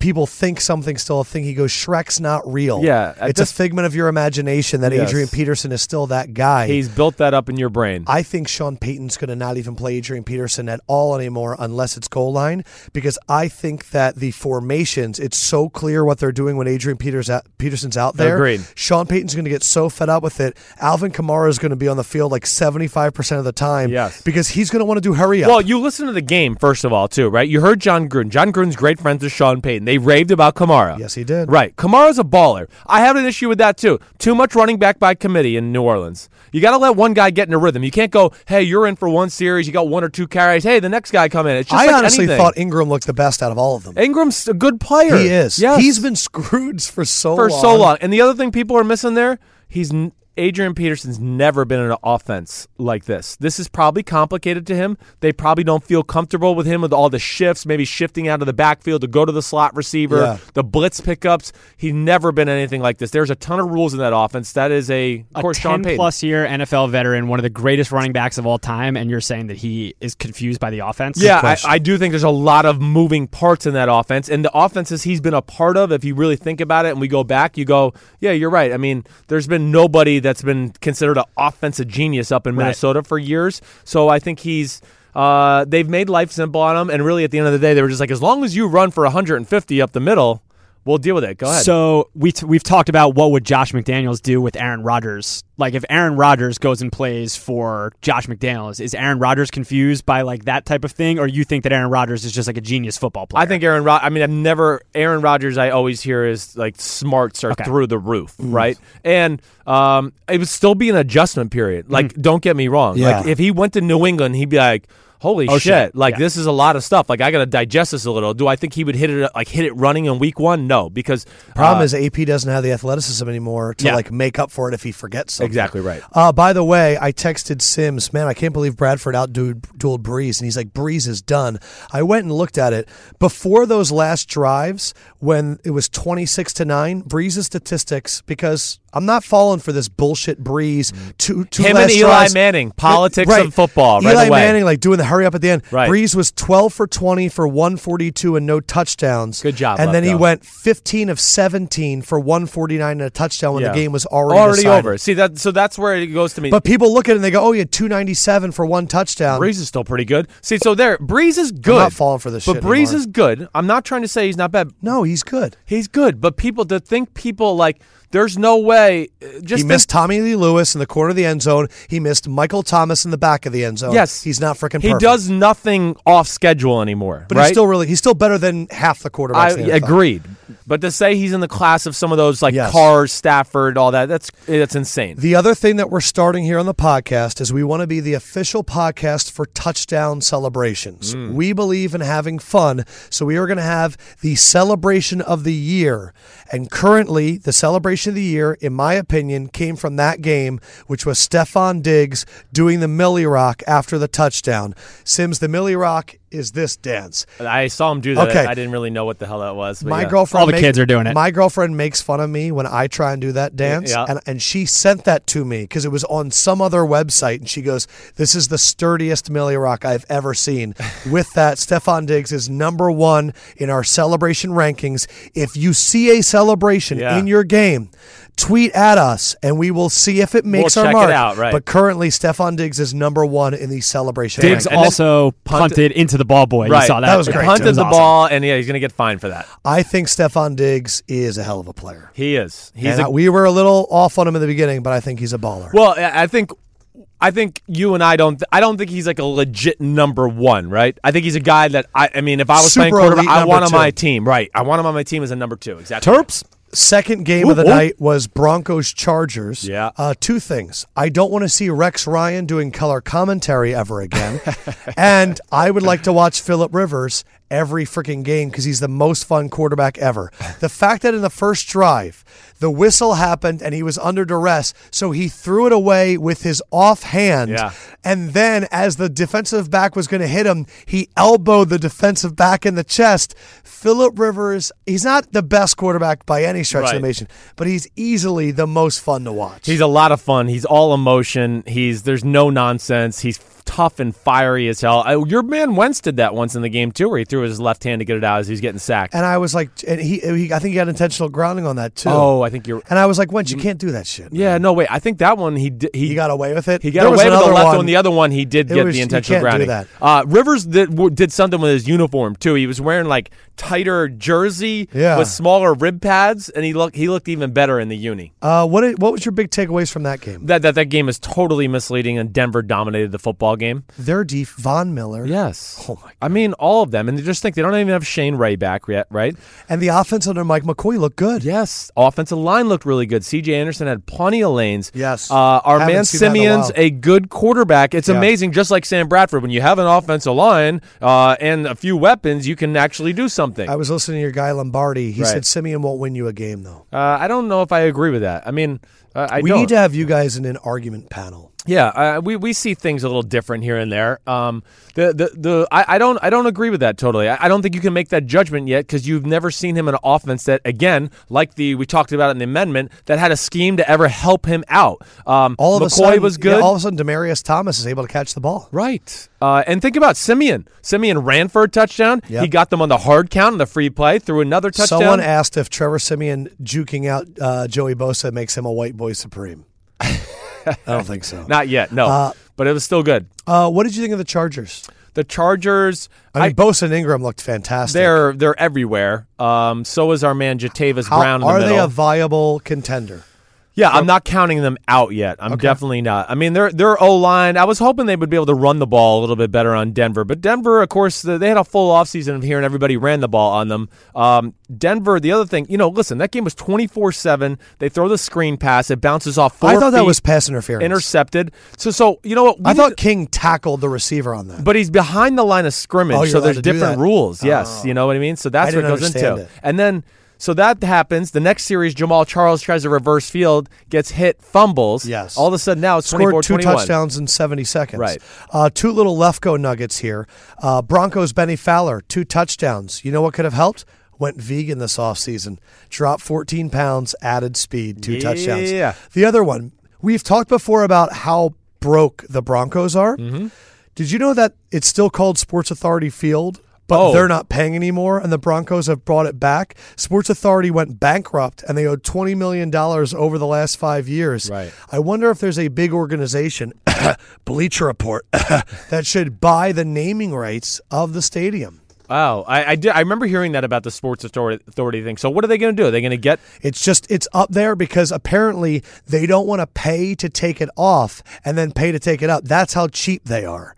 people think something's still a thing, he goes, "Shrek's not real. Yeah, at it's this- a figment of your imagination that Yes. Adrian Peterson is still that guy." he's built that up in your brain. I think Sean Payton's going to not even play Adrian Peterson at all anymore unless it's goal line because I think that the formations, it's so clear what they're doing when Adrian Peters out, Peterson's out there. Agreed. Sean Payton's going to get so fed up with it. Alvin Kamara is going to be on the field like 75% of the time Yes. because he's going to want to do hurry up. Well, you listen to the game first of all, too, right? You heard John Gruden. John Gruden's great friends with Sean Payton. They raved about Kamara. Yes, he did. Right. Kamara's a baller. I have an issue with that too. Too much running back by committee in New Orleans. You got to let one guy get in a rhythm. You can't go, hey, you're in for one series. You got one or two carries. Hey, the next guy come in. It's just I like honestly anything. thought Ingram looked the best out of all of them. Ingram's a good player. He is. Yes. He's been screwed for so for long. so long. And the other thing people are missing there, he's n- Adrian Peterson's never been in an offense like this. This is probably complicated to him. They probably don't feel comfortable with him with all the shifts, maybe shifting out of the backfield to go to the slot receiver, Yeah. the blitz pickups. He's never been anything like this. There's a ton of rules in that offense. That is a, of a course, Sean 10 Payton. plus year NFL veteran, one of the greatest running backs of all time, and you're saying that he is confused by the offense? Yeah, I, question. I do think there's a lot of moving parts in that offense, and the offenses he's been a part of. If you really think about it, and we go back, you go, yeah, you're right. I mean, there's been nobody that's been considered an offensive genius up in Minnesota for years. So I think he's. Uh, they've made life simple on him, and really at the end of the day, they were just like, as long as you run for 150 up the middle, we'll deal with it. Go ahead. So we t- we've talked about what would Josh McDaniels do with Aaron Rodgers? Like if Aaron Rodgers goes and plays for Josh McDaniels, is Aaron Rodgers confused by like that type of thing, or you think that Aaron Rodgers is just like a genius football player? I think Aaron Rod. I mean, I've never Aaron Rodgers. I always hear is like smarts are through the roof, Mm-hmm. right? And um, it would still be an adjustment period. Like, don't get me wrong. Like, Mm. Yeah. if he went to New England, he'd be like, "Holy Oh, shit. shit. Like, Yeah. this is a lot of stuff. Like, I got to digest this a little." Do I think he would hit it like hit it running in week one? No, because Problem uh, is AP doesn't have the athleticism anymore to Yeah. like make up for it if he forgets something. exactly right. Uh, by the way, I texted Sims, man, I can't believe Bradford outdueled dueled Breeze. And he's like, Breeze is done. I went and looked at it. Before those last drives, when it was 26 to 9, Breeze's statistics, because I'm not falling for this bullshit Breeze. Two, two Mm. Him last and Eli drives- Manning, politics of football, Eli right away. Manning, like doing the hurry up at the end. Right. Breeze was 12 for 20 for 142 and no touchdowns. Good job, And then he Lefko. went 15 of 17 for 149 and a touchdown when Yeah. the game was already, decided. over. See that? So that's where it goes to me. But people look at it and they go, "Oh, you had 297 for one touchdown." Breeze is still pretty good. See, so there, Breeze is good. not falling for this But shit Breeze anymore. is good. I'm not trying to say he's not bad. No, he's good. He's good, but people to think people like there's no way. uh, Just He think- missed Tommy Lee Lewis in the corner of the end zone. He missed Michael Thomas in the back of the end zone. Yes, he's not freaking. He perfect. does nothing off schedule anymore. but right? he's still really he's still better than half the quarterbacks. I in the NFL. agreed. But to say he's in the class of some of those like Yes. Carr, Stafford, all that that's that's insane. The other thing that we're starting here on the podcast is we want to be the official podcast for touchdown celebrations. We believe in having fun, so we are going to have the celebration of the year. And currently, the celebration of the year, in my opinion, came from that game, which was Stefan Diggs doing the Millie Rock after the touchdown. Sims, the Millie Rock is this dance. I saw him do that. Okay. I didn't really know what the hell that was. but My yeah. girlfriend, All the kids are doing it. My girlfriend makes fun of me when I try and do that dance, Yeah. and and she sent that to me because it was on some other website, and she goes, "This is the sturdiest Millie Rock I've ever seen." With that, Stefan Diggs is number one in our celebration rankings. If you see a celebration Yeah. in your game. Tweet at us and we will see if it makes our check it mark. out, right. But currently, Stefan Diggs is number one in the celebration. Diggs rankings. And then also punted into the ball boy. Right, You saw that. That was It great. Punted was the awesome. ball, and yeah, he's gonna get fined for that. I think Stefan Diggs is a hell of a player. He is. He's and a uh, we were a little off on him in the beginning, but I think he's a baller. Well, I I think I think you and I don't. I don't think he's like a legit number one, right? I think he's a guy that I. I mean, if I was Super playing quarterback, elite I number want him on two. my team, right? I want him on my team as a number two, exactly. Terps. Second game of the Ooh, ooh. night was Broncos Chargers. Yeah. Uh, two things. I don't want to see Rex Ryan doing color commentary ever again, and I would like to watch Philip Rivers every freaking game because he's the most fun quarterback ever. The fact that in the first drive the whistle happened and he was under duress, so he threw it away with his offhand. Yeah. And then, as the defensive back was going to hit him, he elbowed the defensive back in the chest. Philip Rivers, he's not the best quarterback by any stretch Right. of the imagination, but he's easily the most fun to watch. He's a lot of fun. He's all emotion. He's there's no nonsense. He's tough and fiery as hell. I, your man Wentz did that once in the game too, where he threw his left hand to get it out as he was getting sacked. and I was like, and he, he, I think he had intentional grounding on that too. Oh, I think you're. And I was like, Wentz, you can't do that shit. Yeah, no wait. I think that one he di- he He got away with it. He got There was away with the another left one. one. The other one, he did It get was- the you intentional can't do grounding. Uh, Rivers did, w- did something with his uniform too. He was wearing like tighter jersey Yeah. with smaller rib pads, and he looked he looked even better in the uni. Uh, what, what was your big takeaways from that game? That that that game is totally misleading, and Denver dominated the football game. Their def, Von Miller, Yes. Oh my. I mean, all of them, and they just think they don't even have Shane Ray back yet, right? and the offense under Mike McCoy looked good. Yes, offensive line looked really good. C.J. Anderson had plenty of lanes. Yes. uh, our Haven't man seen that in a Simeon's while. a good quarterback. It's Yeah. amazing, just like Sam Bradford. When you have an offensive line uh, and a few weapons, you can actually do something. I was listening to your guy Lombardi. He Right. said Simeon won't win you a game though. Uh, I don't know if I agree with that. I mean, I, I we don't. need to have you guys in an argument panel. Yeah, uh, we we see things a little different here and there. Um, the the, the I, I don't I don't agree with that totally. I, I don't think you can make that judgment yet because you've never seen him in an offense that again, like the we talked about in the amendment, that had a scheme to ever help him out. Um, All of McCoy a sudden, was yeah, good. all of a sudden, Demarius Thomas is able to catch the ball. Right. Uh, and think about Simeon. Simeon ran for a touchdown. Yep. He got them on the hard count on the free play, threw another touchdown. Someone asked if Trevor Simeon juking out uh, Joey Bosa makes him a white boy supreme. I don't think so. Not yet, no. but it was still good. Uh, what did you think of the Chargers? The Chargers, I mean, Bosa and Ingram looked fantastic. they're they're everywhere. Um, so is our man Jatavis How- Brown in the are middle. they a viable contender? Yeah, I'm not counting them out yet. I'm definitely not. I mean, their their O line. I was hoping they would be able to run the ball a little bit better on Denver, but Denver, of course, the, they had a full offseason of here, and everybody ran the ball on them. Um, Denver. The other thing, you know, listen, that game was 24 seven. They throw the screen pass, it bounces off four. I thought that feet, was pass interference. intercepted. So, so you know what? We I need- thought King tackled the receiver on that. but he's behind the line of scrimmage, Oh, you're so allowed there's to do different that. Oh. rules. Yes, you know what I mean. So that's I what it didn't goes into. understand it. And then so that happens. The next series, Jamal Charles tries to reverse field, gets hit, fumbles. Yes. All of a sudden now it's Scored 24 two touchdowns in 70 seconds. Right. Uh, two little Lefko nuggets here. Uh, Broncos Benny Fowler, two touchdowns. You know what could have helped? Went vegan this offseason. Dropped 14 pounds, added speed, two touchdowns. Yeah. The other one, we've talked before about how broke the Broncos are. Mm-hmm. Did you know that it's still called Sports Authority Field, but Oh. they're not paying anymore, and the Broncos have brought it back? Sports Authority went bankrupt, and they owed $20 million over the last five years. Right. I wonder if there's a big organization, Bleacher Report, that should buy the naming rights of the stadium. Wow. I I, did, I remember hearing that about the sports authority, authority thing. So what are they going to do? Are they going to get? It's just it's up there because apparently they don't want to pay to take it off and then pay to take it up. That's how cheap they are.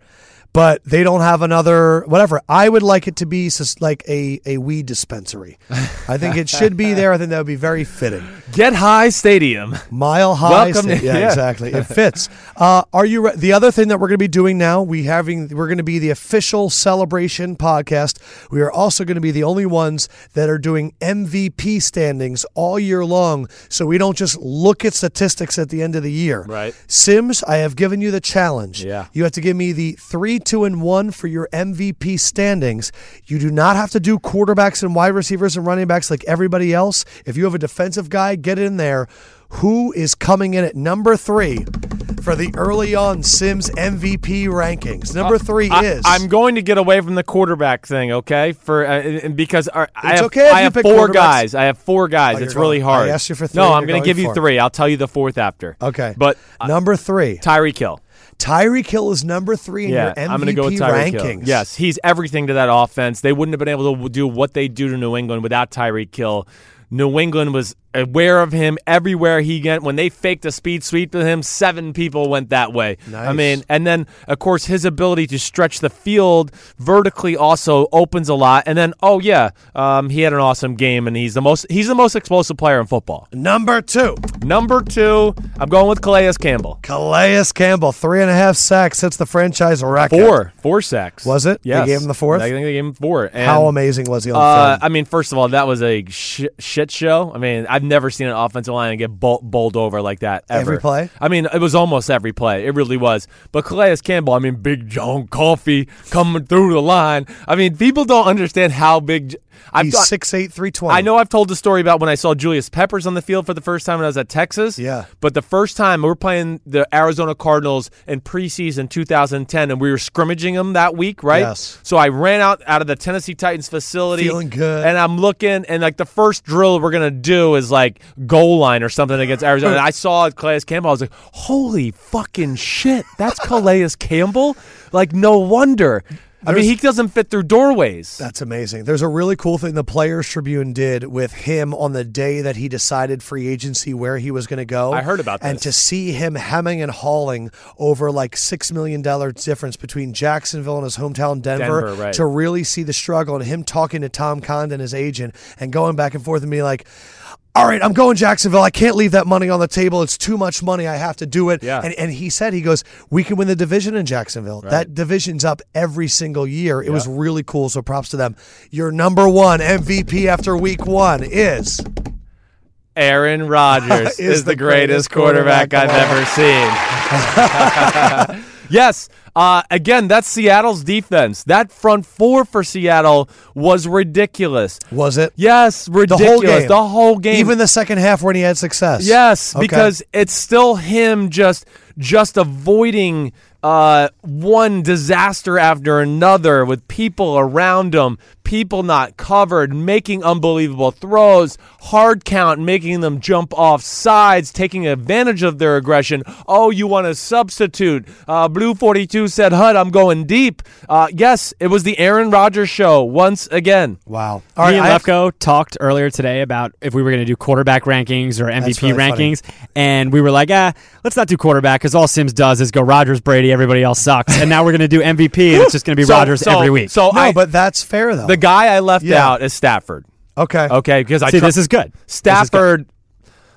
But they don't have another whatever. I would like it to be sus- like a, a weed dispensary. I think it should be there. I think that would be very fitting. Get High Stadium. Mile high. Welcome sta- to- yeah, yeah. exactly. It fits. Uh, are you re- the other thing that we're going to be doing now? We having we're going to be the official celebration podcast. We are also going to be the only ones that are doing MVP standings all year long, so we don't just look at statistics at the end of the year. Right. Sims, I have given you the challenge. Yeah. You have to give me the three, two, and one for your MVP standings. You do not have to do quarterbacks and wide receivers and running backs like everybody else. If you have a defensive guy, get in there. Who is coming in at number three for the early on Sims MVP rankings? Number three is. Uh, I, am going to get away from the quarterback thing, okay? For uh, and- and because uh, I It's have, okay if I you have pick four quarterbacks. guys. I have four guys. Oh, it's you're really going- I hard. asked you for three, No, you're I'm gonna going give you for- three. I'll tell you the fourth after. Okay. But uh, number three. Tyreek Hill. Tyreek Hill is number three in Yeah, your MVP I'm going to go with Tyreek rankings. Hill. Yes, he's everything to that offense. They wouldn't have been able to do what they do to New England without Tyreek Hill. New England was aware of him everywhere he went. When they faked a speed sweep to him, seven people went that way. I Nice. mean, and then of course his ability to stretch the field vertically also opens a lot. And then oh yeah, um, he had an awesome game, and he's the most he's the most explosive player in football. Number two. Number two, I'm going with Calais Campbell. Calais Campbell, three and a half sacks since the franchise record. Four, four sacks. Was it? They Yes. gave him the fourth? I think they gave him four. And How amazing was he on Uh, film? I mean, first of all, that was a sh- shit show. I mean, I've never seen an offensive line get bowled, bowled over like that ever. Every play? I mean, it was almost every play. It really was. But Calais Campbell, I mean, Big John Coffee coming through the line. I mean, people don't understand how big. J- I've He's got- six eight three twenty. I know I've told the story about when I saw Julius Peppers on the field for the first time when I was at Texas. Yeah. But the first time we were playing the Arizona Cardinals in preseason 2010, and we were scrimmaging them that week, right? Yes. So I ran out out of the Tennessee Titans facility, Feeling good. and I'm looking, and like the first drill we're gonna do is like goal line or something against Arizona. and I saw Calais Campbell. I was like, "Holy fucking shit! That's Calais Campbell! Like, no wonder." I mean, he doesn't fit through doorways. That's amazing. There's a really cool thing the Players Tribune did with him on the day that he decided free agency where he was going to go. I heard about And this. to see him hemming and hauling over like $6 million difference between Jacksonville and his hometown Denver, Denver, right. to really see the struggle and him talking to Tom Condon, his agent, and going back and forth and being like, all right, I'm going Jacksonville. I can't leave that money on the table. It's too much money. I have to do it. Yeah. And, and he said, he goes, we can win the division in Jacksonville. That division's up every single year. It was really cool. So props to them. Your number one MVP after week one is Aaron Rodgers is, the, greatest, quarterback, I've ever seen. yes. Uh, again, that's Seattle's defense. That front four for Seattle was ridiculous. Was it? Yes, The ridiculous. whole game. The whole game. Even the second half when he had success. Yes, Okay. because it's still him just just avoiding uh, one disaster after another with people around him, people not covered, making unbelievable throws, hard count, making them jump off sides, taking advantage of their aggression. Oh, you want to substitute? Uh, Blue Forty Two said, "Hud, I'm going deep." Uh, yes, it was the Aaron Rodgers show once again. Wow. All Me and I have- Lefko talked earlier today about if we were going to do quarterback rankings or MVP really funny. rankings, and we were like, ah, let's not do quarterback because all Sims does is go Rodgers, Brady, everybody else sucks, and now we're going to do MVP, and it's just going to be So- Rodgers so- every week. So no, I, but that's fair though. the guy I left Yeah. out is Stafford. okay. Okay, because I See, tru- this is good. Stafford.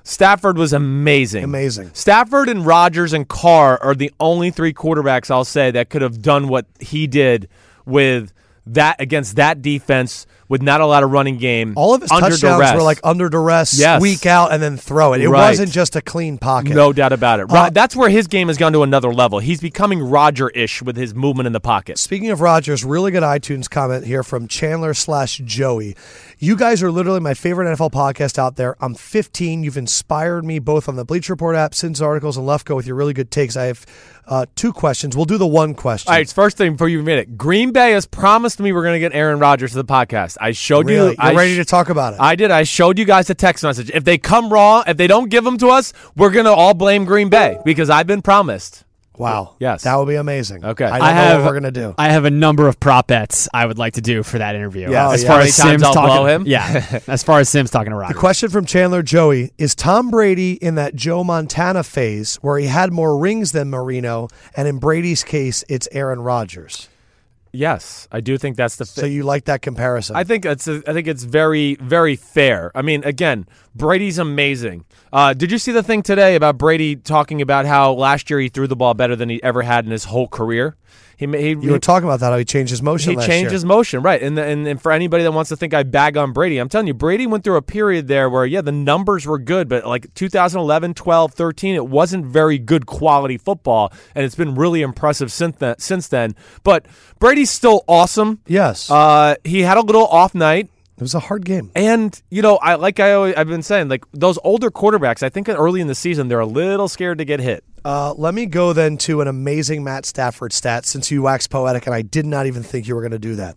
Stafford was amazing. Amazing. Stafford and Rodgers and Carr are the only three quarterbacks I'll say that could have done what he did with that against that defense with not a lot of running game. All of his under touchdowns duress. were like under duress, Yes. squeak out, and then throw it. It Right. wasn't just a clean pocket. no doubt about it. Ro- Uh, that's where his game has gone to another level. He's becoming Roger-ish with his movement in the pocket. Speaking of Rodgers, really good iTunes comment here from Chandler slash Joey. You guys are literally my favorite NFL podcast out there. I'm 15. You've inspired me both on the Bleach Report app, Sins articles, and Lefko with your really good takes. I have uh, two questions. We'll do the one question. All right, first thing before you admit it, Green Bay has promised me we're going to get Aaron Rodgers to the podcast. I showed Really? you. You're I ready sh- to talk about it. I did. I showed you guys the text message. If they come raw, if they don't give them to us, we're gonna all blame Green Bay because I've been promised. wow. Yes. That would be amazing. Okay. I don't I know have what we're going to do. I have a number of prop bets I would like to do for that interview. Yeah. as Oh, yeah. far How many as times Sims I'll talking, blow him? yeah. as far as Sims talking to Rodgers, Question from Chandler Joey Is Tom Brady in that Joe Montana phase where he had more rings than Marino, and in Brady's case, it's Aaron Rodgers? Yes, I do think that's the. So you like that comparison? I think it's. I think it's very, very fair. I mean, again, Brady's amazing. Uh, did you see the thing today about Brady talking about how last year he threw the ball better than he ever had in his whole career? He ma- he, you were talking about that, how he changed his motion he last changed year. his motion, right? And, the, and and for anybody that wants to think I bag on Brady, I'm telling you, Brady went through a period there where yeah, the numbers were good, but like 2011, 12, 13, it wasn't very good quality football, and it's been really impressive since then. Since then, but Brady's still awesome. Yes. Uh, he had a little off night. it was a hard game. And you know, I like I always, I've been saying, like those older quarterbacks. I think early in the season they're a little scared to get hit. Uh, let me go then to an amazing Matt Stafford stat since you waxed poetic, and I did not even think you were going to do that.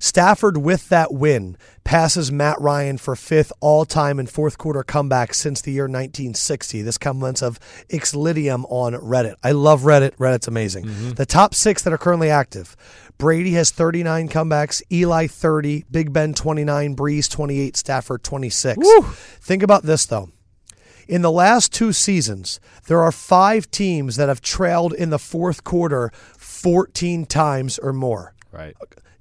Stafford, with that win, passes Matt Ryan for fifth all time in fourth quarter comeback since the year 1960. This comments of Ixlidium on Reddit. I love Reddit. Reddit's amazing. The top six that are currently active Brady has 39 comebacks, Eli 30, Big Ben 29, Breeze 28, Stafford 26. Think about this, though. In the last two seasons, there are five teams that have trailed in the fourth quarter 14 times or more Right.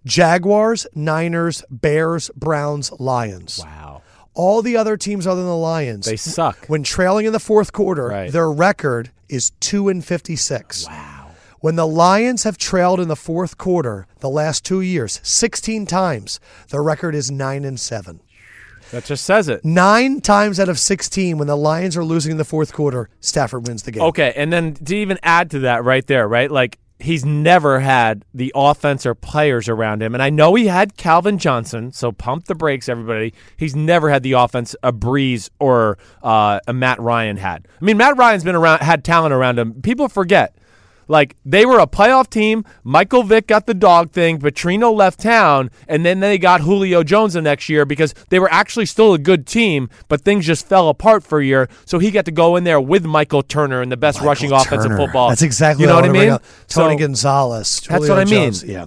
Jaguars, Niners, Bears, Browns, Lions. Wow. All the other teams other than the Lions, They suck. when trailing in the fourth quarter, Right. their record is 2 and 56. Wow. When the Lions have trailed in the fourth quarter the last two years, 16 times, their record is 9 and 7. That just says it. Nine times out of 16, when the Lions are losing in the fourth quarter, Stafford wins the game. Okay, and then to even add to that right there, right? Like he's never had the offense or players around him. And I know he had Calvin Johnson, so pump the brakes, everybody. He's never had the offense a Breeze or uh, a Matt Ryan had. I mean, Matt Ryan's been around had talent around him. People forget. Like they were a playoff team. Michael Vick got the dog thing. Petrino left town, and then they got Julio Jones the next year because they were actually still a good team, but things just fell apart for a year. So he got to go in there with Michael Turner and the best rushing offense in Turner. football. That's exactly you know what, what I wanna bring mean. up. Tony So- Gonzalez. That's Julio what I mean. Jones, Yeah.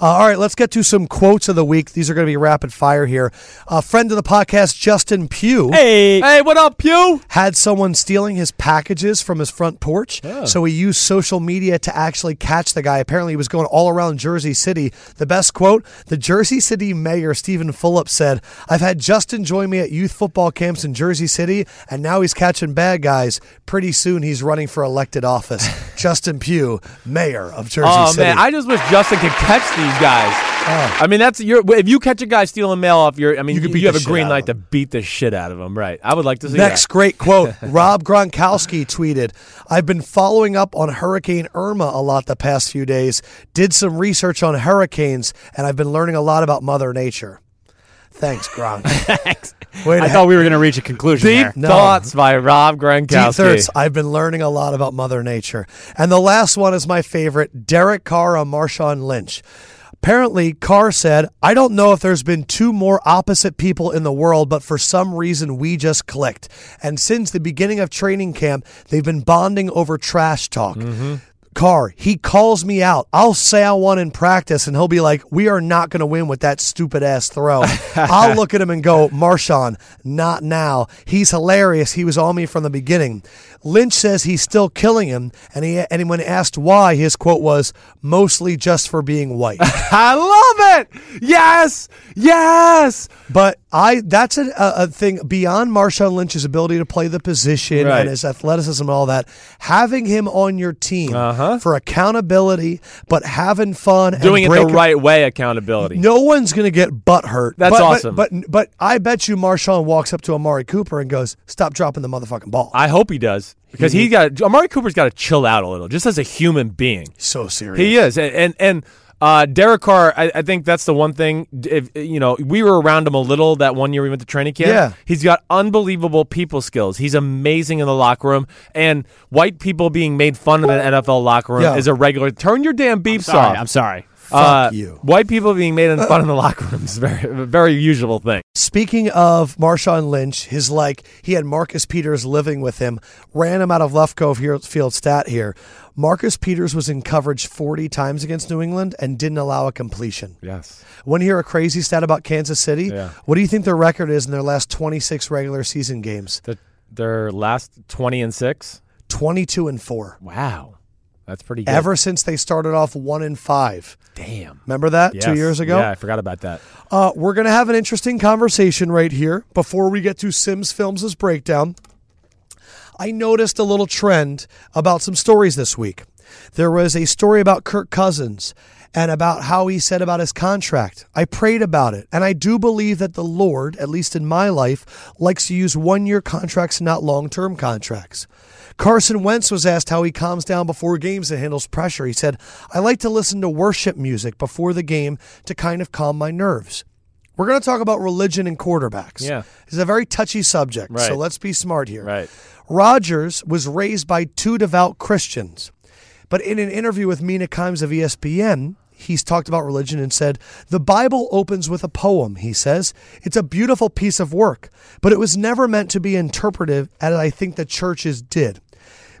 Uh, all right, let's get to some quotes of the week. These are going to be rapid fire here. A friend of the podcast, Justin Pugh. hey, hey, what up, Pew? Had someone stealing his packages from his front porch, so he used social media media to actually catch the guy. Apparently, he was going all around Jersey City. The best quote the Jersey City mayor, Stephen Phillips, said, I've had Justin join me at youth football camps in Jersey City, and now he's catching bad guys. Pretty soon, he's running for elected office. Justin Pugh, mayor of Jersey Oh City. man, I just wish Justin could catch these guys. I mean, that's your. If you catch a guy stealing mail off your, I mean, Oh. You you, could you, beat the have a shit green out of light to beat the shit out of him, right? I would like to see Next that. great quote Rob Gronkowski tweeted, I've been following up on Hurricane Irma a lot the past few days, did some research on hurricanes, and I've been learning a lot about Mother Nature. Thanks, Gronk. Thanks. Wait I a- thought we were going to reach a conclusion Deep there. No. thoughts by Rob Deep Gronkowski. thirds. I've been learning a lot about Mother Nature. And the last one is my favorite Derek Carr on Marshawn Lynch. Apparently, Carr said, I don't know if there's been two more opposite people in the world, but for some reason we just clicked. And since the beginning of training camp, they've been bonding over trash talk. Carr, he calls me out. I'll say I won in practice, and he'll be like, We are not going to win with that stupid ass throw. I'll look at him and go, Marshawn, not now. He's hilarious. He was on me from the beginning. Lynch says he's still killing him, and, he, and when asked why, his quote was, Mostly just for being white. I love it. Yes, yes. But I that's a, a a thing beyond Marshawn Lynch's ability to play the position Right. and his athleticism and all that. Having him on your team for accountability, but having fun Uh-huh. Doing and it the breaking- right way, accountability. No one's going to get butt hurt. That's but, but- awesome. But, but I bet you Marshawn walks up to Amari Cooper and goes, "Stop dropping the motherfucking ball." I hope he does because he got Amari Cooper's got to chill out a little, just as a human being. so serious. He is, and and, and uh, Derek Carr. I, I think that's the one thing. If you know, we were around him a little that one year we went to training camp. Yeah. he's got unbelievable people skills. He's amazing in the locker room, and white people being made fun of in the NFL locker room Yeah. is a regular. Turn your damn beeps Sorry, off. I'm sorry. Uh, Fuck you. White people being made fun in the locker room is very, very usual thing. Speaking of Marshawn Lynch, his like he had Marcus Peters living with him, ran him out of left cove here, field stat here. Marcus Peters was in coverage 40 times against New England and didn't allow a completion. Yes. Want to hear a crazy stat about Kansas City? Yeah. What do you think their record is in their last 26 regular season games? The, their last twenty and six. 22 and 4. Wow, that's pretty good. Ever since they started off 1 and 5. Damn. Remember that Yes. 2 years ago? Yeah, I forgot about that. Uh, we're going to have an interesting conversation right here before we get to Sims Films' breakdown. I noticed a little trend about some stories this week. There was a story about Kirk Cousins and about how he said about his contract. I prayed about it, and I do believe that the Lord, at least in my life, likes to use one year contracts, not long term contracts. Carson Wentz was asked how he calms down before games and handles pressure. He said, I like to listen to worship music before the game to kind of calm my nerves. We're going to talk about religion and quarterbacks. Yeah. It's a very touchy subject, so Right. let's be smart here. Right. Rogers was raised by two devout Christians, but in an interview with Mina Kimes of E ESPN, he's talked about religion and said, The Bible opens with a poem, he says. It's a beautiful piece of work, but it was never meant to be interpretive as I think the churches did.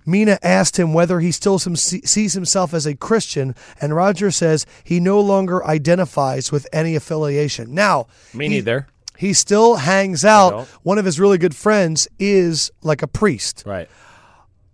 Mina asked him whether he still some, see- sees himself as a Christian, and Rogers says he no longer identifies with any affiliation. Now, Me he- neither. he still hangs out. don't. One of his really good friends is like a priest. Right.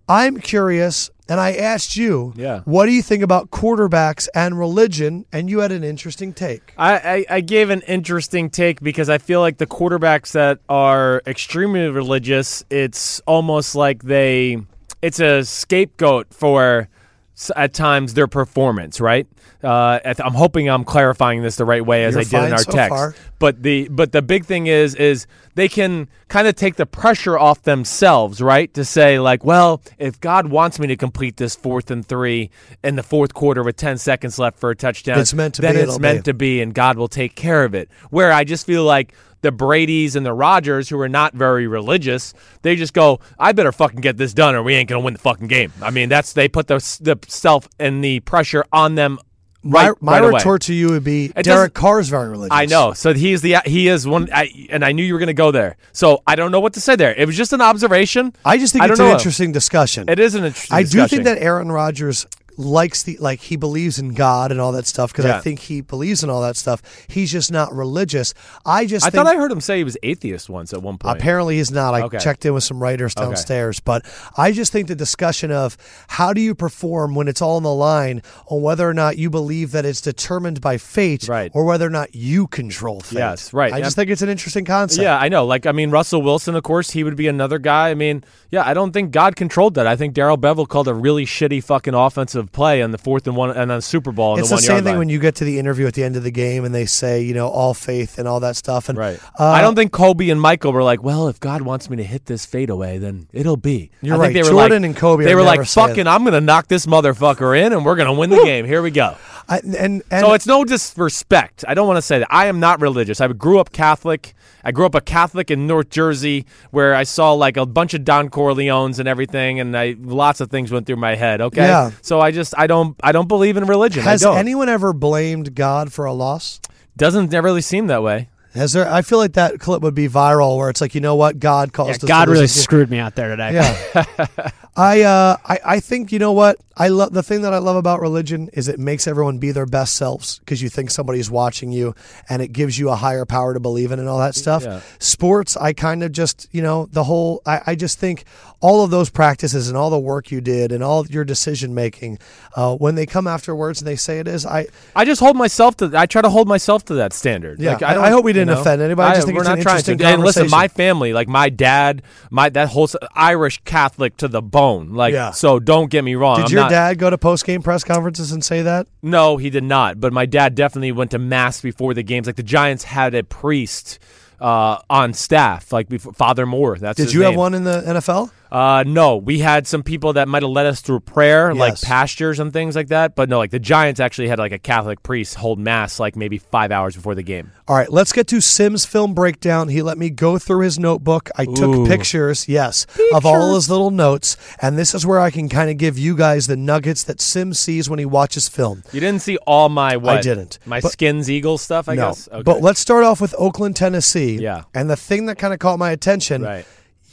I'm curious, and I asked you, Yeah. what do you think about quarterbacks and religion? And you had an interesting take. I, I, I gave an interesting take because I feel like the quarterbacks that are extremely religious, it's almost like they, it's a scapegoat for s- at times their performance, right? Uh, I th- I'm hoping I'm clarifying this the right way as You're I did fine in our so text. far. But the but the big thing is is they can kind of take the pressure off themselves, right? To say like, well, if God wants me to complete this fourth and three in the fourth quarter with ten seconds left for a touchdown, It's meant to then be, it's it'll meant be. to be, and God will take care of it. Where I just feel like the Brady's and the Rogers, who are not very religious, they just go, "I better fucking get this done, or we ain't gonna win the fucking game." I mean, that's they put the the self and the pressure on them. Right, my right away. retort to you would be It Derek doesn't- Carr's very religious. I know. So he's the he is one, I, and I knew you were going to go there. So I don't know what to say there. It was just an observation. I just think I it's don't an know. interesting discussion. It is an interesting. I do discussion. think that Aaron Rodgers likes the like he believes in God and all that stuff because I Yeah. think he believes in all that stuff. He's just not religious. I just I think thought I heard him say he was atheist once at one point. Apparently he's not. I Okay. checked in with some writers downstairs, but I just think the discussion of how do you perform when it's all on the line on whether or not you believe that it's determined by fate Right. or whether or not you control fate. Yes, right. I just think it's an interesting concept. yeah, I know. Like, I mean, Russell Wilson, of course, he would be another guy. I mean, yeah, I don't think God controlled that. I think Daryl Bevell called a really shitty fucking offensive play on the fourth and one and on the Super Bowl. On It's the, the, one same thing when you get to the interview at the end of the game and they say, you know, all faith and all that stuff. And Right. uh, I don't think Kobe and Michael were like, well, if God wants me to hit this fadeaway, then it'll be. You're I think right. They were Jordan like, and Kobe They would were never like, say fucking, I'm going to knock this motherfucker in and we're going to win the game. Here we go. I, and and So it's no disrespect. I don't want to say that. I am not religious. I grew up Catholic. I grew up a Catholic in North Jersey where I saw like a bunch of Don Corleones and everything and I lots of things went through my head, okay? Yeah. So I just I don't I don't believe in religion. has I don't. anyone ever blamed God for a loss? Doesn't never really seem that way. Has there? I feel like that clip would be viral where it's like, you know what, God caused Yeah, us. to God lose really this game. screwed me out there today. Yeah. I, uh, I I think you know what I love. The thing that I love about religion is it makes everyone be their best selves because you think somebody's watching you, and it gives you a higher power to believe in and all that stuff. Yeah. Sports, I kind of just you know the whole. I, I just think all of those practices and all the work you did and all your decision making, uh, when they come afterwards and they say it is, I I just hold myself to. I try to hold myself to that standard. Yeah, Like, I- don't- I hope we you didn't know, offend anybody. I just think we're it's not an trying interesting to. And listen, my conversation. family, like my dad, my that whole s- Irish Catholic to the bone. Like, Yeah. so don't get me wrong. did Uh, I'm your not- dad go to post game press conferences and say that? No, he did not. But my dad definitely went to mass before the games. Like the Giants had a priest. Uh, on staff, like before, Father Moore. That's Did his you have name. one in the NFL? Uh, no, we had some people that might have led us through prayer, like Yes. pastures and things like that. But no, like the Giants actually had like a Catholic priest hold mass, like maybe five hours before the game. All right, let's get to Sims' film breakdown. He let me go through his notebook. I took pictures, yes, of all his little notes. And this is where I can kind of give you guys the nuggets that Sims sees when he watches film. You didn't see all my what? didn't, My but- skins eagle stuff, I no. guess. Okay. But let's start off with Oakland, Tennessee. Yeah. And the thing that kind of caught my attention Right.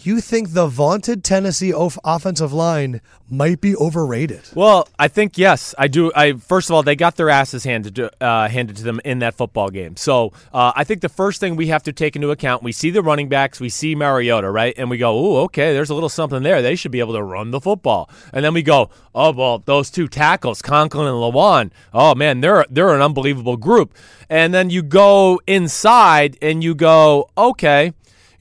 you think the vaunted Tennessee of- offensive line might be overrated. well, I think yes, I do. I first of all, they got their asses handed to, uh, handed to them in that football game. So uh, I think the first thing we have to take into account, we see the running backs, we see Mariota, right, and we go, "Ooh, okay, there's a little something there. They should be able to run the football." And then we go, "Oh well, those two tackles, Conklin and Lawan. Oh man, they're they're an unbelievable group." And then you go inside and you go, "Okay."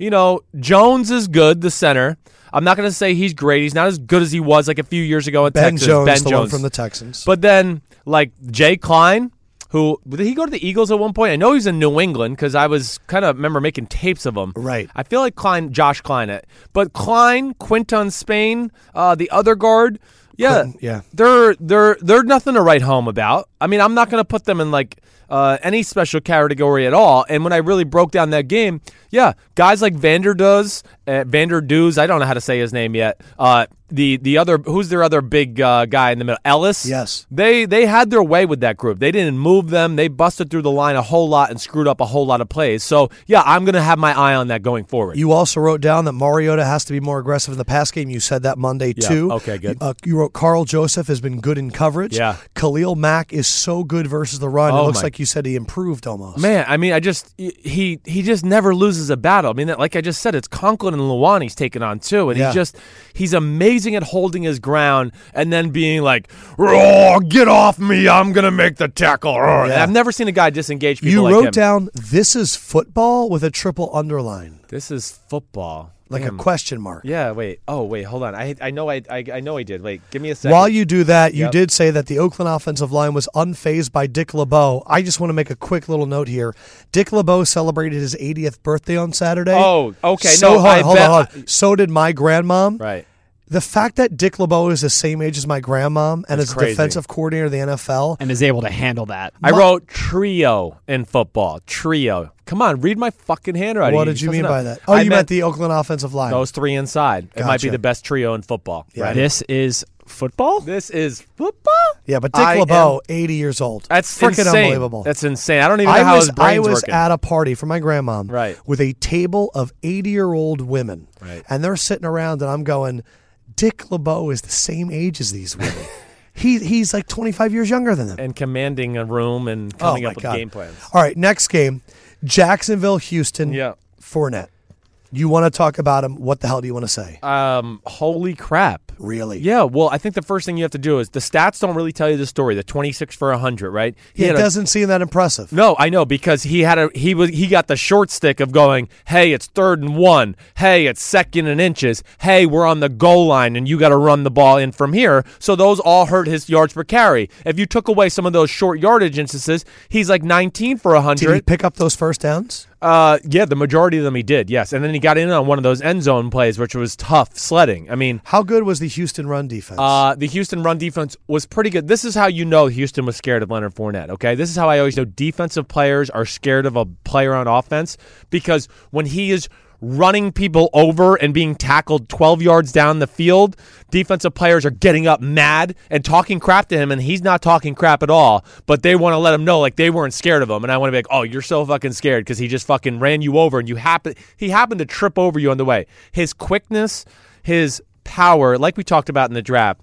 you know, Jones is good, the center. I'm not going to say he's great. He's not as good as he was like a few years ago in Ben Texas. Jones, ben the one Jones from the Texans. But then, like Jay Klein, who did he go to the Eagles at one point? I know he was in New England because I was kind of remember making tapes of him. Right. I feel like Klein, Josh Klein, it. But Klein, Quinton Spain, uh, the other guard. Yeah, Quinton, yeah. they're they're they're nothing to write home about. I mean, I'm not going to put them in like uh, any special category at all. And when I really broke down that game, yeah, guys like Vander does uh, Vander Doos. I don't know how to say his name yet. Uh, the the other who's their other big uh, guy in the middle, Ellis. Yes. They they had their way with that group. They didn't move them. They busted through the line a whole lot and screwed up a whole lot of plays. So yeah, I'm gonna have my eye on that going forward. You also wrote down that Mariota has to be more aggressive in the pass game. You said that Monday too. Okay, good. Uh, you wrote Carl Joseph has been good in coverage. Yeah. Khalil Mack is so good versus the run. it Oh, looks my- like you said he improved almost. Man, I mean, I just he he just never loses a battle. I mean, that, like I just said, it's Conklin and Lewan he's taking on too, and Yeah. he's just he's amazing at holding his ground and then being like, "Oh, get off me! I'm gonna make the tackle." Roar. And Yeah. I've never seen a guy disengage people you like wrote him. down this is football with a triple underline, this is football. like a question mark. Hmm. Yeah, wait. Oh, wait. Hold on. I I know I I, I know I did. Wait, give me a second. While you do that, you Yep. did say that the Oakland offensive line was unfazed by Dick LeBeau. I just want to make a quick little note here. Dick LeBeau celebrated his 80th birthday on Saturday. Oh, okay. So No, hold, I hold bet- on, hold on. So did my grandmom. right. the fact that Dick LeBeau is the same age as my grandmom and is a crazy. defensive coordinator of the NFL, And is able to handle that. I wrote trio in football. Trio. Come on, read my fucking handwriting. what did you mean messing by up. that? Oh, I you meant, the Oakland offensive line. those three inside. It might Gotcha. be the best trio in football. Right. This is football? This is football. yeah, but Dick I LeBeau, 80 years old. That's freaking insane. unbelievable. That's insane. I don't even know I how was, his brain's I was working. at a party for my grandmom Right. with a table of 80 year old women. Right. And they're sitting around, and I'm going, Dick LeBeau is the same age as these women. He he's like 25 years younger than them. and commanding a room and Oh coming my up with God. game plans. All right, next game, Jacksonville, Houston. Yeah. Fournette. You want to talk about him? What the hell do you want to say? Um, holy crap. really? Yeah, well, I think the first thing you have to do is the stats don't really tell you the story. The 26 for 100, right? He It had a- doesn't seem that impressive. No, I know because he had a he was he got the short stick of going, "Hey, it's third and 1. Hey, it's second and inches. Hey, we're on the goal line and you got to run the ball in from here." So those all hurt his yards per carry. If you took away some of those short yardage instances, he's like 19 for Did he 100. pick up those first downs? Uh, yeah, the majority of them he did. Yes, and then he got in on one of those end zone plays, which was tough sledding. I mean, How good was the Houston run defense? uh, the Houston run defense was pretty good. This is how you know Houston was scared of Leonard Fournette. Okay, this is how I always know defensive players are scared of a player on offense because when he is running people over and being tackled 12 yards down the field, defensive players are getting up mad and talking crap to him, and he's not talking crap at all. But they want to let him know like they weren't scared of him, and I want to be like, oh, you're so fucking scared because he just fucking ran you over, and you happen he happened to trip over you on the way. His quickness, his power, like we talked about in the draft,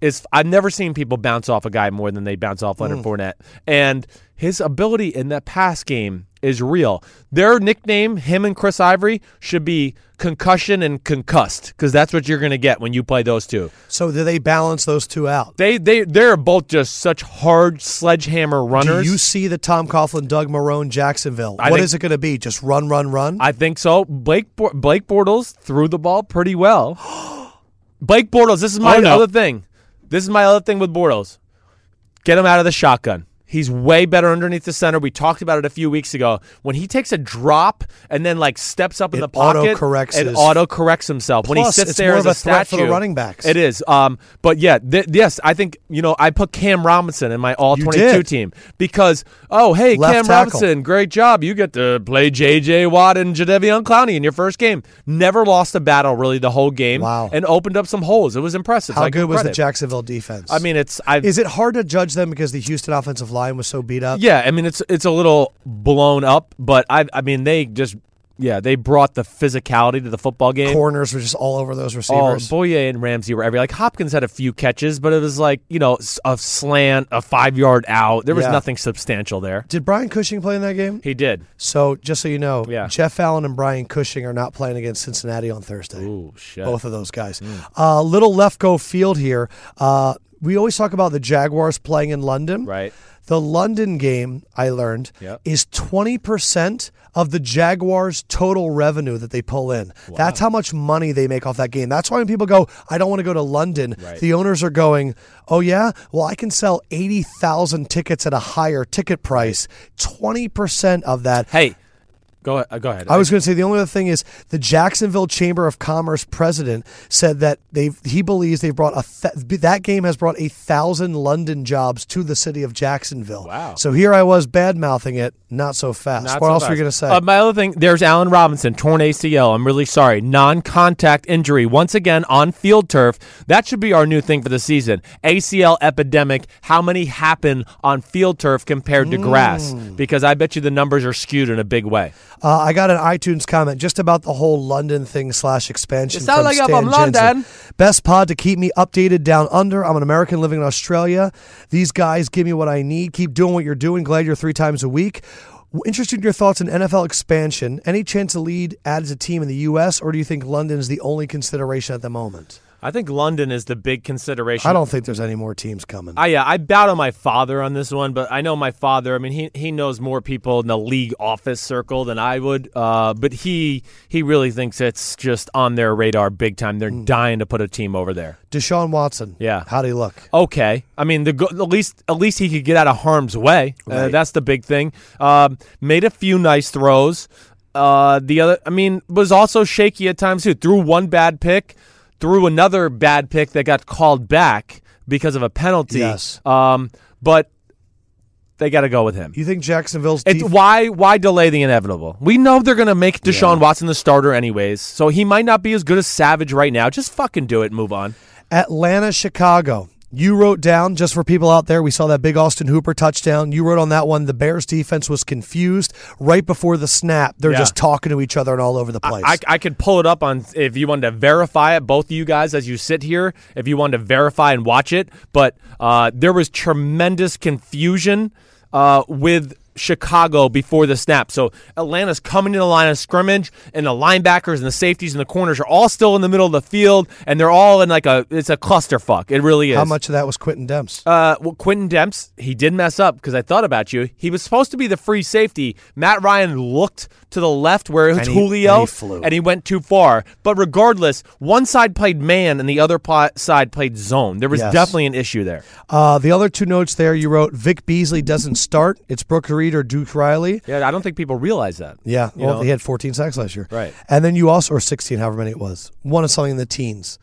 is I've never seen people bounce off a guy more than they bounce off Mm. Leonard Fournette. And his ability in that pass game is real. Their nickname, him and Chris Ivory, should be concussion and concussed because that's what you're going to get when you play those two. so do they balance those two out? They they they're both just such hard sledgehammer Do runners. you see the Tom Coughlin, Doug Marone, Jacksonville? What is think- it going to be? Just run, run, run? I think so. Blake Bor- Blake Bortles threw the ball pretty well. Blake Bortles. This is my Oh, no. other thing. This is my other thing with Bortles. Get him out of the shotgun. He's way better underneath the center. We talked about it a few weeks ago. When he takes a drop and then like steps up in It the pocket, auto-corrects and his- auto corrects himself. when he Plus, sits it's there more as of a a threat for the statue, running backs. It is. Um, but yeah, th- yes, I think you know I put Cam Robinson in my all twenty-two did. team because oh hey Left Cam tackle. Robinson. And great job. You get to play J.J. Watt and Jadeveon Clowney in your first game. Never lost a battle really the whole game. Wow. And opened up some holes. It was impressive. How I give good was the credit. Jacksonville defense? I mean, it's I. is it hard to judge them because the Houston offensive line was so beat up? yeah, I mean it's it's a little blown up, but I I mean they just yeah they brought the physicality to the football game. Corners were just all over those Oh, receivers. Boye and Ramsey were every like Hopkins had a few catches, but it was like you know s- a slant, a five yard out. There was Yeah. nothing substantial there. Did Brian Cushing play in that game? He did. So just so you know, Yeah. Jeff Allen and Brian Cushing are not playing against Cincinnati on Thursday. Ooh Mm. shit. both of those guys. Uh, little left go field here. Uh, we always talk about the Jaguars playing in London. Right. The London game, I learned, Yep. is 20% of the Jaguars' total revenue that they pull in. That's how much money they make off that game. That's why when people go, I don't want to go to London, Right. the owners are going, Oh, yeah? Well, I can sell 80,000 tickets at a higher ticket price. 20% of that Hey, go uh, go ahead. I was going to say the only other thing is the Jacksonville Chamber of Commerce president said that they he believes they've brought a th- that game has brought a thousand London jobs to the city of Jacksonville. Wow. So here I was bad mouthing it, not so fast. Not what so else fast. were you going to say? Uh, my other thing, there's Allen Robinson, torn ACL. I'm really sorry. Non contact injury, once again on field turf. That should be our new thing for the season. ACL epidemic, how many happen on field turf compared to grass? Because I bet you the numbers are skewed in a big way. Uh, I got an iTunes comment just about the whole London thing slash expansion. You sound from like you're Stan from Jensen. London. Best pod to keep me updated down under. I'm an American living in Australia. These guys give me what I need. Keep doing what you're doing. Glad you're three times a week. W- Interested in your thoughts on NFL expansion. Any chance the lead adds a team in the U.S., or do you think London's the only consideration at the moment? I think London is the big consideration. I don't think there's any more teams coming. I yeah, I bow to my father on this one, but I know my father. I mean, he he knows more people in the league office circle than I would. Uh, but he he really thinks it's just on their radar big time. They're dying to put a team over there. Deshaun Watson. Yeah. How'd he look? Okay, I mean the go- at least at least he could get out of harm's way. Uh, that's the big thing. Um, made a few nice throws. Uh, the other, I mean, was also shaky at times too. Threw one bad pick, threw another bad pick that got called back because of a penalty. Yes. Um, but they got to go with him. You think Jacksonville's It's def- why why delay the inevitable? We know they're gonna make Deshaun Watson the starter anyways, so he might not be as good as Savage right now. Just fucking do it. and Move on. Atlanta, Chicago. You wrote down, just for people out there, we saw that big Austin Hooper touchdown. You wrote on that one, the Bears defense was confused right before the snap. They're Yeah. just talking to each other and all over the place. I, I could pull it up on if you wanted to verify it, both of you guys, as you sit here, if you wanted to verify and watch it. But uh, there was tremendous confusion uh, with Chicago before the snap. So Atlanta's coming to the line of scrimmage, and the linebackers and the safeties and the corners are all still in the middle of the field, and they're all in like a it's a clusterfuck. It really is. How much of that was Quentin Demps? Uh, well, Quentin Demps, he did mess up because I thought about you. He was supposed to be the free safety. Matt Ryan looked to the left where it's And he- Julio, and he flew. went too far. But regardless, one side played man and the other po- side played zone. There was Yes. definitely an issue there. Uh, the other two notes there, you wrote Vic Beasley doesn't start. It's Brooke Reed or Duke Riley. Yeah, I don't think people realize that. Yeah, You well, know? he had 14 sacks last year. Right. And then you also, or 16, however many it was, one of something in the teens.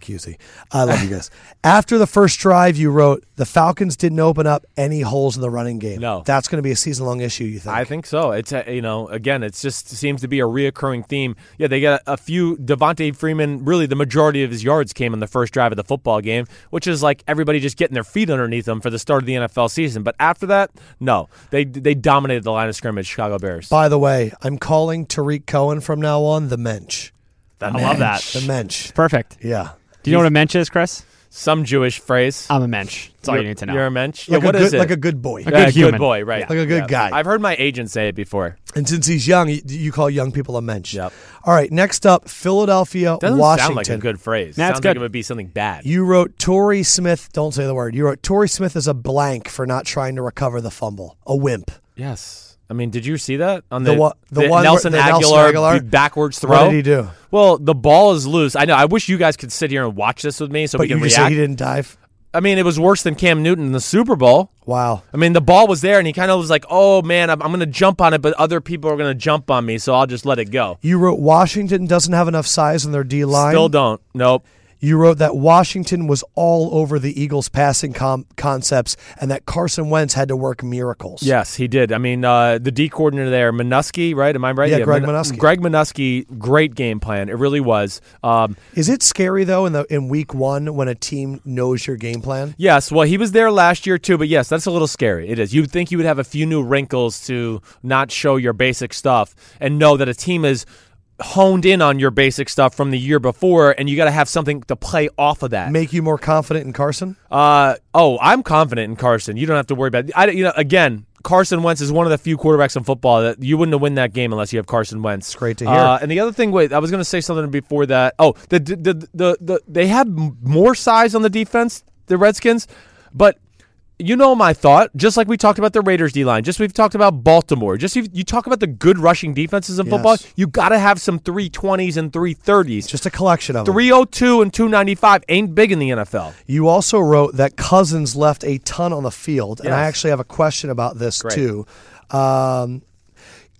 QC. I love you guys. After the first drive, you wrote, the Falcons didn't open up any holes in the running game. No. That's going to be a season long issue, you think? I think so. It's uh, you know again, it's just seems to be a reoccurring theme. Yeah, they got a, few Devontae Freeman. Really, the majority of his yards came in the first drive of the football game, which is like everybody just getting their feet underneath them for the start of the NFL season. But after that, no, they they dominated the line of scrimmage. Chicago Bears. By the way, I'm calling Tariq Cohen from now on the Mensch. I love that. The Mensch. Perfect. Yeah. Do you know what a mensch is, Chris? Some Jewish phrase. I'm a mensch. Uh, That's all you You're- need to know. You're a mensch. Like, yeah, what a good, is it? like a good boy. Yeah, good human. boy, right? Like a good guy. I've heard my agent say it before. And since he's young, you, you call young people a mensch. Yep. All right, next up, Philadelphia, Doesn't Washington. sound like a good phrase. Nah, it's sounds like good. it would be something bad. You wrote Torrey Smith, don't say the word. You wrote Torrey Smith is a blank for not trying to recover the fumble. A wimp. Yes. I mean, did you see that on The the one- the one where- Nelson the Nelson Aguilar, Aguilar? b- backwards throw? What did he do? Well, the ball is loose. I know. I wish you guys could sit here and watch this with me so we But can you just say react. he didn't dive. I mean, it was worse than Cam Newton in the Super Bowl. Wow. I mean, the ball was there, and he kind of was like, "Oh man, I'm, I'm going to jump on it, but other people are going to jump on me, so I'll just let it go." You wrote Washington doesn't have enough size in their D line. Still don't. Nope. You wrote that Washington was all over the Eagles' passing com- concepts and that Carson Wentz had to work miracles. Yes, he did. I mean, uh, the D coordinator there, Minuski, right? Am I right? Yeah, Greg Minuski. Greg Minuski, great game plan. It really was. Um, Is it scary though in the in week one when a team knows your game plan? Yes, well, he was there last year too, but yes, that's a little scary. It is. You'd think you would have a few new wrinkles to not show your basic stuff and know that a team is honed in on your basic stuff from the year before, and you got to have something to play off of that. Make you more confident in Carson? Uh, oh, I'm confident in Carson. You don't have to worry about. I, you know, again, Carson Wentz is one of the few quarterbacks in football that you wouldn't win that game unless you have Carson Wentz. great to hear. Uh, and the other thing, wait, I was going to say something before that. Oh, the the, the the the they had m- more size on the defense, the Redskins, but. You know my thought, just like we talked about the Raiders D line, just we've talked about Baltimore, just you, you talk about the good rushing defenses in football, Yes. you got to have some 320s and 330s. Just a collection of them. 302 and 295 ain't big in the NFL. You also wrote that Cousins left a ton on the field, and I Yes. actually have a question about this too. Um,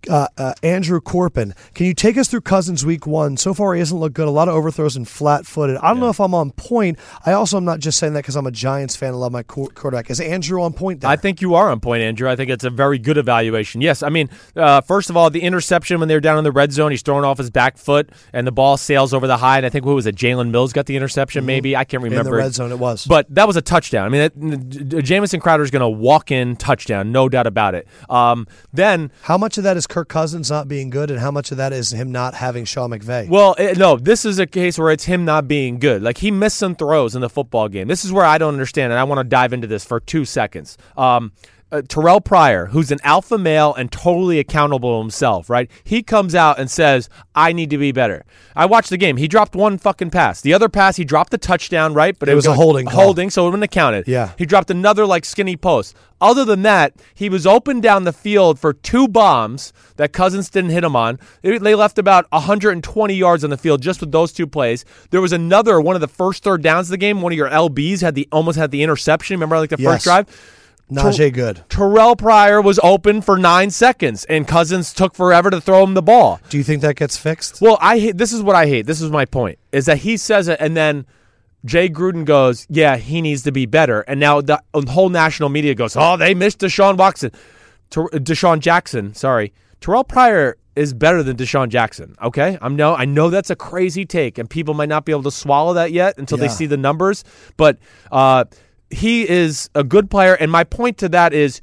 uh, uh, Andrew Corpin, can you take us through Cousins week one? So far, he hasn't looked good. A lot of overthrows and flat footed. I don't know if I'm on point. I also am not just saying that because I'm a Giants fan and love my qu- quarterback. Is Andrew on point there? I think you are on point, Andrew. I think it's a very good evaluation. Yes, I mean, uh, first of all, the interception when they were down in the red zone, he's throwing off his back foot, and the ball sails over the high. And I think what was it? Jalen Mills got the interception, maybe I can't Mm-hmm. in remember. the red zone, it was. But that was a touchdown. I mean, that, J- Jamison Crowder is going to walk in touchdown, no doubt about it. Um, then how much of that is Kirk Cousins not being good, and how much of that is him not having Sean McVay? Well, eh, no, this is a case where it's him not being good. Like he missed some throws in the football game. This is where I don't understand, and I want to dive into this for two seconds. Um, uh, Terrell Pryor, who's an alpha male and totally accountable to himself, right? He comes out and says, "I need to be better." I watched the game. He dropped one fucking pass. The other pass, he dropped the touchdown, right? But it, was a like holding call. holding, so it wouldn't have counted. Yeah. he dropped another like skinny post. Other than that, he was open down the field for two bombs that Cousins didn't hit him on. They they left about 120 yards on the field just with those two plays. There was another one of the first third downs of the game. One of your LBs had the almost had the interception. Remember, like the Yes. first drive. Najee good. Terrell Pryor was open for nine seconds, and Cousins took forever to throw him the ball. Do you think that gets fixed? Well, I hate. This is what I hate. This is my point. Is that he says it, and then Jay Gruden goes, "Yeah, he needs to be better." And now the whole national media goes, "Oh, they missed Deshaun Watson, Ter- Deshaun Jackson." Sorry, Terrell Pryor is better than Deshaun Jackson. Okay, I'm no, I know that's a crazy take, and people might not be able to swallow that yet until they Yeah. see the numbers. But uh, he is a good player, and my point to that is.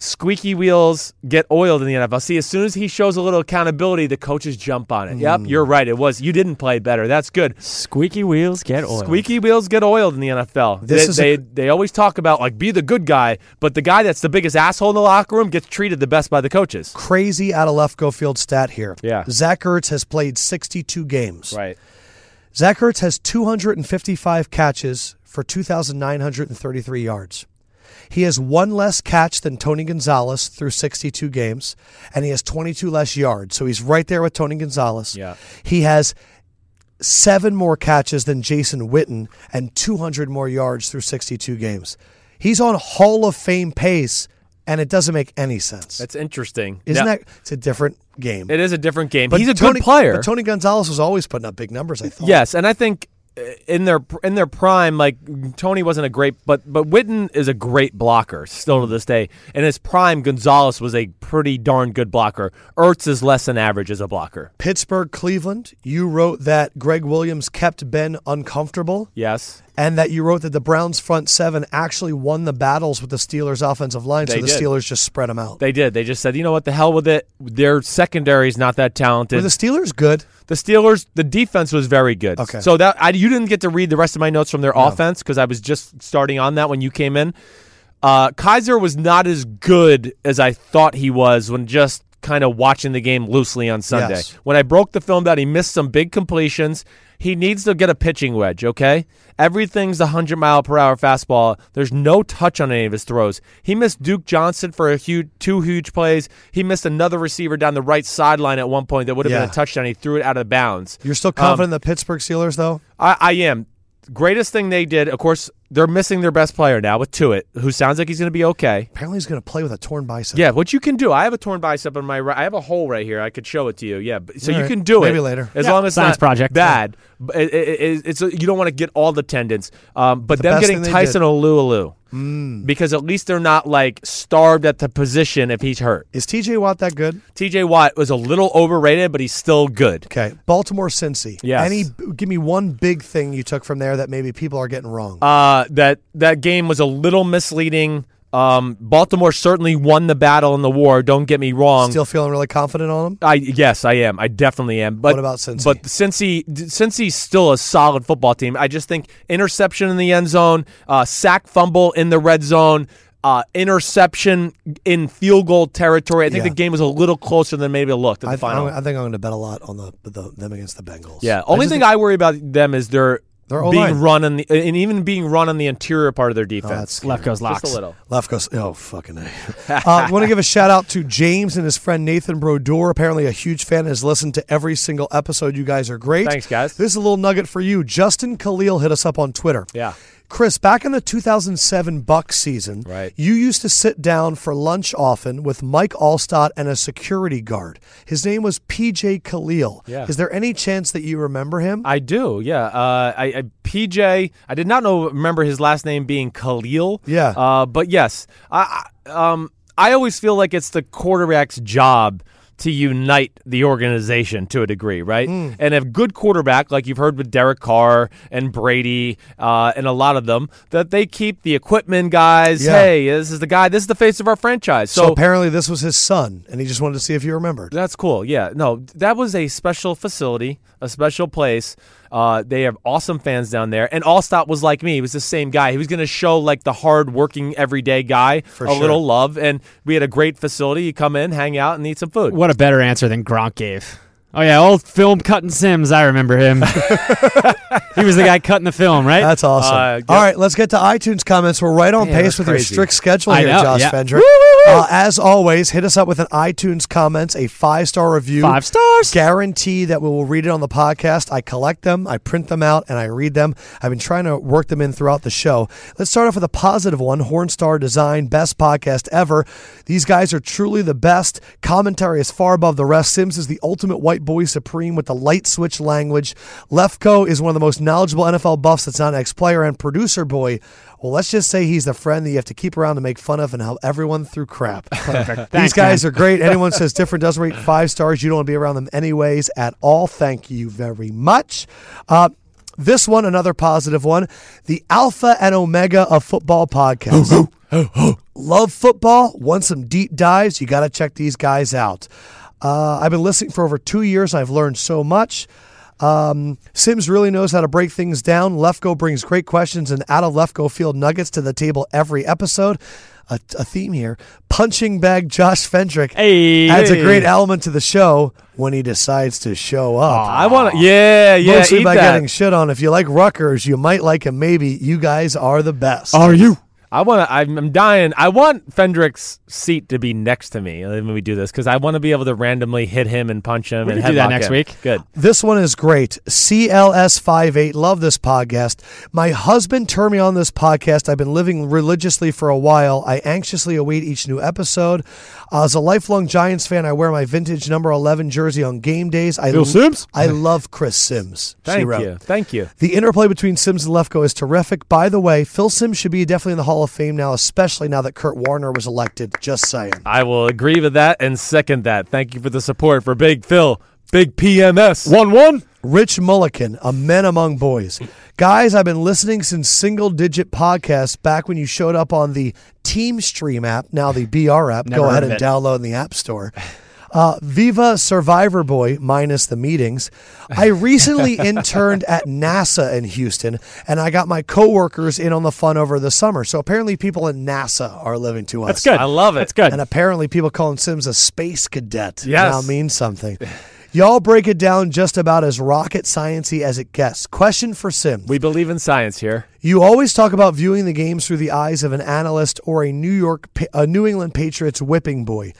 Squeaky wheels get oiled in the NFL. See, as soon as he shows a little accountability, the coaches jump on it. Yep, Mm. you're right. It was you didn't play better. That's good. Squeaky wheels get oil. Squeaky wheels get oiled in the NFL. This they, is they, a- they always talk about like be the good guy, but the guy that's the biggest asshole in the locker room gets treated the best by the coaches. Crazy out of left go field stat here. Yeah. Zach Ertz has played 62 games. Right. Zach Ertz has 255 catches for 2,933 yards. He has one less catch than Tony Gonzalez through 62 games, and he has 22 less yards. So he's right there with Tony Gonzalez. Yeah. He has seven more catches than Jason Witten and 200 more yards through 62 games. He's on Hall of Fame pace, and it doesn't make any sense. That's interesting. Isn't Now, that? It's a different game. It is a different game. But He's a Tony- good player. But Tony Gonzalez was always putting up big numbers, I thought. Yes, and I think uh, in their in their prime, like Tony wasn't a great, but but Witten is a great blocker still to this day. In his prime, Gonzalez was a pretty darn good blocker. Ertz is less than average as a blocker. Pittsburgh, Cleveland, you wrote that Greg Williams kept Ben uncomfortable Yes, and that you wrote that the Browns front seven actually won the battles with the Steelers offensive line, so They the did. Steelers just spread them out. they did. They just said, you know what, the hell with it. Their secondary is not that talented. Were the Steelers good? The Steelers, the defense was very good. Okay. So that I, you didn't get to read the rest of my notes from their offense because I was just starting on that when you came in. Uh, Kaiser was not as good as I thought he was when just kind of watching the game loosely on Sunday. Yes. When I broke the film down, he missed some big completions. He needs to get a pitching wedge, okay? Everything's a 100 mile per hour fastball. There's no touch on any of his throws. He missed Duke Johnson for a huge, two huge plays. He missed another receiver down the right sideline at one point that would have been Yeah. a touchdown. He threw it out of bounds. You're still confident in the Pittsburgh Steelers, though? I, I am. Greatest thing they did, of course, they're missing their best player now with Tuitt, who sounds like he's going to be okay. Apparently he's going to play with a torn bicep. Yeah, what you can do. I have a torn bicep on my right. I have a hole right here. I could show it to you. Yeah, but, so All you right. can do it Maybe later. as Yeah. long as it's Science not project. bad. But It, it, it- it's you don't want to get all the tendons. Um, but them best getting thing they Mm. Tyson Oluolu because at least they're not like starved at the position if he's hurt. Is TJ Watt that good? T.J. Watt was a little overrated, but he's still good. Okay. Baltimore, Cincy. Yes. Any, give me one big thing you took from there that maybe people are getting wrong. uh, that that game was a little misleading. Um, Baltimore certainly won the battle in the war. Don't get me wrong. Still feeling really confident on him? I yes, I am. I definitely am. But What about Cincy? But Cincy, Cincy's still a solid football team. I just think interception in the end zone, uh, sack fumble in the red zone. Uh, interception in field goal territory. I think Yeah. the game was a little closer than maybe it looked at the I, final. I, I think I'm going to bet a lot on the, the them against the Bengals. Yeah. Only thing I worry about them is they're Their being O-line. run on the and even being run on the interior part of their defense. Oh, that's Left goes locks. just a little. Left goes. Oh fucking! A. uh, I want to give a shout out to James and his friend Nathan Brodeur. Apparently, a huge fan has listened to every single episode. You guys are great. Thanks, guys. This is a little nugget for you. Justin Khalil hit us up on Twitter. Yeah. Chris, back in the 2007 Buck season, Right. you used to sit down for lunch often with Mike Allstott and a security guard. His name was PJ Khalil. Yeah. Is there any chance that you remember him? I do, yeah. Uh, I, I PJ. I did not know remember his last name being Khalil. Yeah. Uh, but yes, I I- um I always feel like it's the quarterback's job to unite the organization to a degree, right? Hmm. And if good quarterback, like you've heard with Derek Carr and Brady uh, and a lot of them, that they keep the equipment guys. Yeah. Hey, this is the guy. This is the face of our franchise. so apparently, this was his son, and he just wanted to see if you remembered. that's cool. Yeah. No, that was a special facility, a special place. Uh, they have awesome fans down there. And Allstott was like me. He was the same guy. He was going to show like the hardworking everyday guy a sure. little love. And we had a great facility. You come in, hang out, and eat some food. What a better answer than Gronk gave. Oh yeah, old film cutting Sims. I remember him. he was the guy cutting the film, right? That's awesome. Uh, yeah. All right, let's get to iTunes comments. We're right on Man, pace that's with your crazy. strict schedule I here, know, Josh yeah. Fendrick. Uh, as always, hit us up with an iTunes comments, a five star review. Five stars. Guarantee that we will read it on the podcast. I collect them, I print them out, and I read them. I've been trying to work them in throughout the show. Let's start off with a positive one Horn Star Design, best podcast ever. These guys are truly the best. Commentary is far above the rest. Sims is the ultimate white white boy supreme with the light switch language. Lefko is one of the most knowledgeable NFL buffs that's not an ex player and producer boy. Well, let's just say he's the friend that you have to keep around to make fun of and help everyone through crap. Perfect. These Thanks, guys man. are great. Anyone says different doesn't rate five stars. You don't want to be around them anyways at all. Thank you very much. Uh, this one, another positive one, the Alpha and Omega of Football podcast. Love football, want some deep dives? You got to check these guys out. Uh, I've been listening for over two years. I've learned so much. Um, Sims really knows how to break things down. Lefko brings great questions and out of Lefko field nuggets to the table every episode. A, a theme here. Punching bag Josh Fendrick Hey. adds a great element to the show when he decides to show up. I want to. Yeah, yeah. Mostly eat by that. getting shit on. If you like Rutgers, you might like him. Maybe you guys are the best. Are you? I want to. I'm, I'm dying. I want Fendrick's seat to be next to me uh, when we do this because I want to be able to randomly hit him and punch him. We and can do that headlock next him. week. Good. This one is great. CLS58. Love this podcast. My husband turned me on this podcast. I've been living religiously for a while. I anxiously await each new episode. Uh, as a lifelong Giants fan, I wear my vintage number 11 jersey on game days. I Bill Sims? I love Chris Sims. she Thank wrote. you. Thank you. The interplay between Sims and Lefko is terrific. By the way, Phil Sims should be definitely in the Hall of Fame now, especially now that Kurt Warner was elected. Just saying. I will agree with that and second that. Thank you for the support for Big Phil, Big PMS. One one. Rich Mulliken, a men among boys. Guys, I've been listening since single digit podcasts back when you showed up on the Team Stream app, now the BR app. Never Go ahead heard of and it. download in the App Store. Uh, Viva Survivor Boy, minus the meetings. I recently interned at NASA in Houston, and I got my coworkers in on the fun over the summer. So apparently, people in NASA are living to us. That's good. I love it. That's good. And apparently, people calling Sims a space cadet Yes. now means something. Y'all break it down just about as rocket sciency as it gets. Question for Sims: We believe in science here. You always talk about viewing the games through the eyes of an analyst or a New York, Pa- a New England Patriots whipping boy.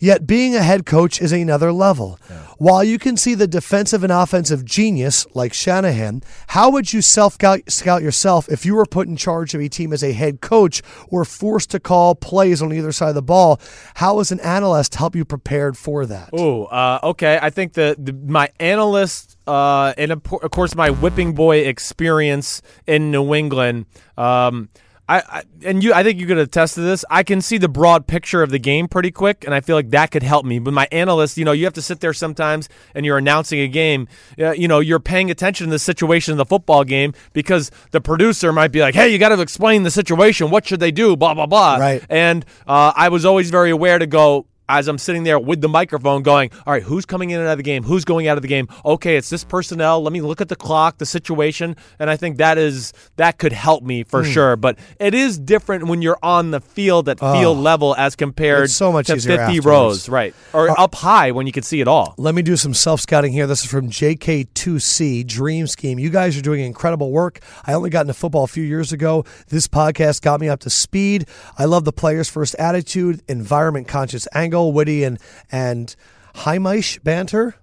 Yet being a head coach is another level. While you can see the defensive and offensive genius like Shanahan, how would you self scout yourself if you were put in charge of a team as a head coach or forced to call plays on either side of the ball? How as an analyst help you prepared for that? Oh, uh, okay. I think the, the my analyst uh, and of por- of course my whipping boy experience in New England. Um, I, I and you, I think you could attest to this. I can see the broad picture of the game pretty quick, and I feel like that could help me. But my analyst, you know, you have to sit there sometimes, and you're announcing a game. Uh, you know, you're paying attention to the situation in the football game because the producer might be like, "Hey, you got to explain the situation. What should they do?" Blah blah blah. Right. And uh, I was always very aware to go as I'm sitting there with the microphone going, all right, who's coming in and out of the game? Who's going out of the game? Okay, it's this personnel. Let me look at the clock, the situation. And I think that is that could help me for sure. But it is different when you're on the field at field level as compared It's so much to 50 easier afterwards. rows. Right. Or up high when you can see it all. Let me do some self scouting here. This is from JK2C Dream Scheme. You guys are doing incredible work. I only got into football a few years ago. This podcast got me up to speed. I love the players' first attitude, environment conscious angle, witty and and Heimish banter.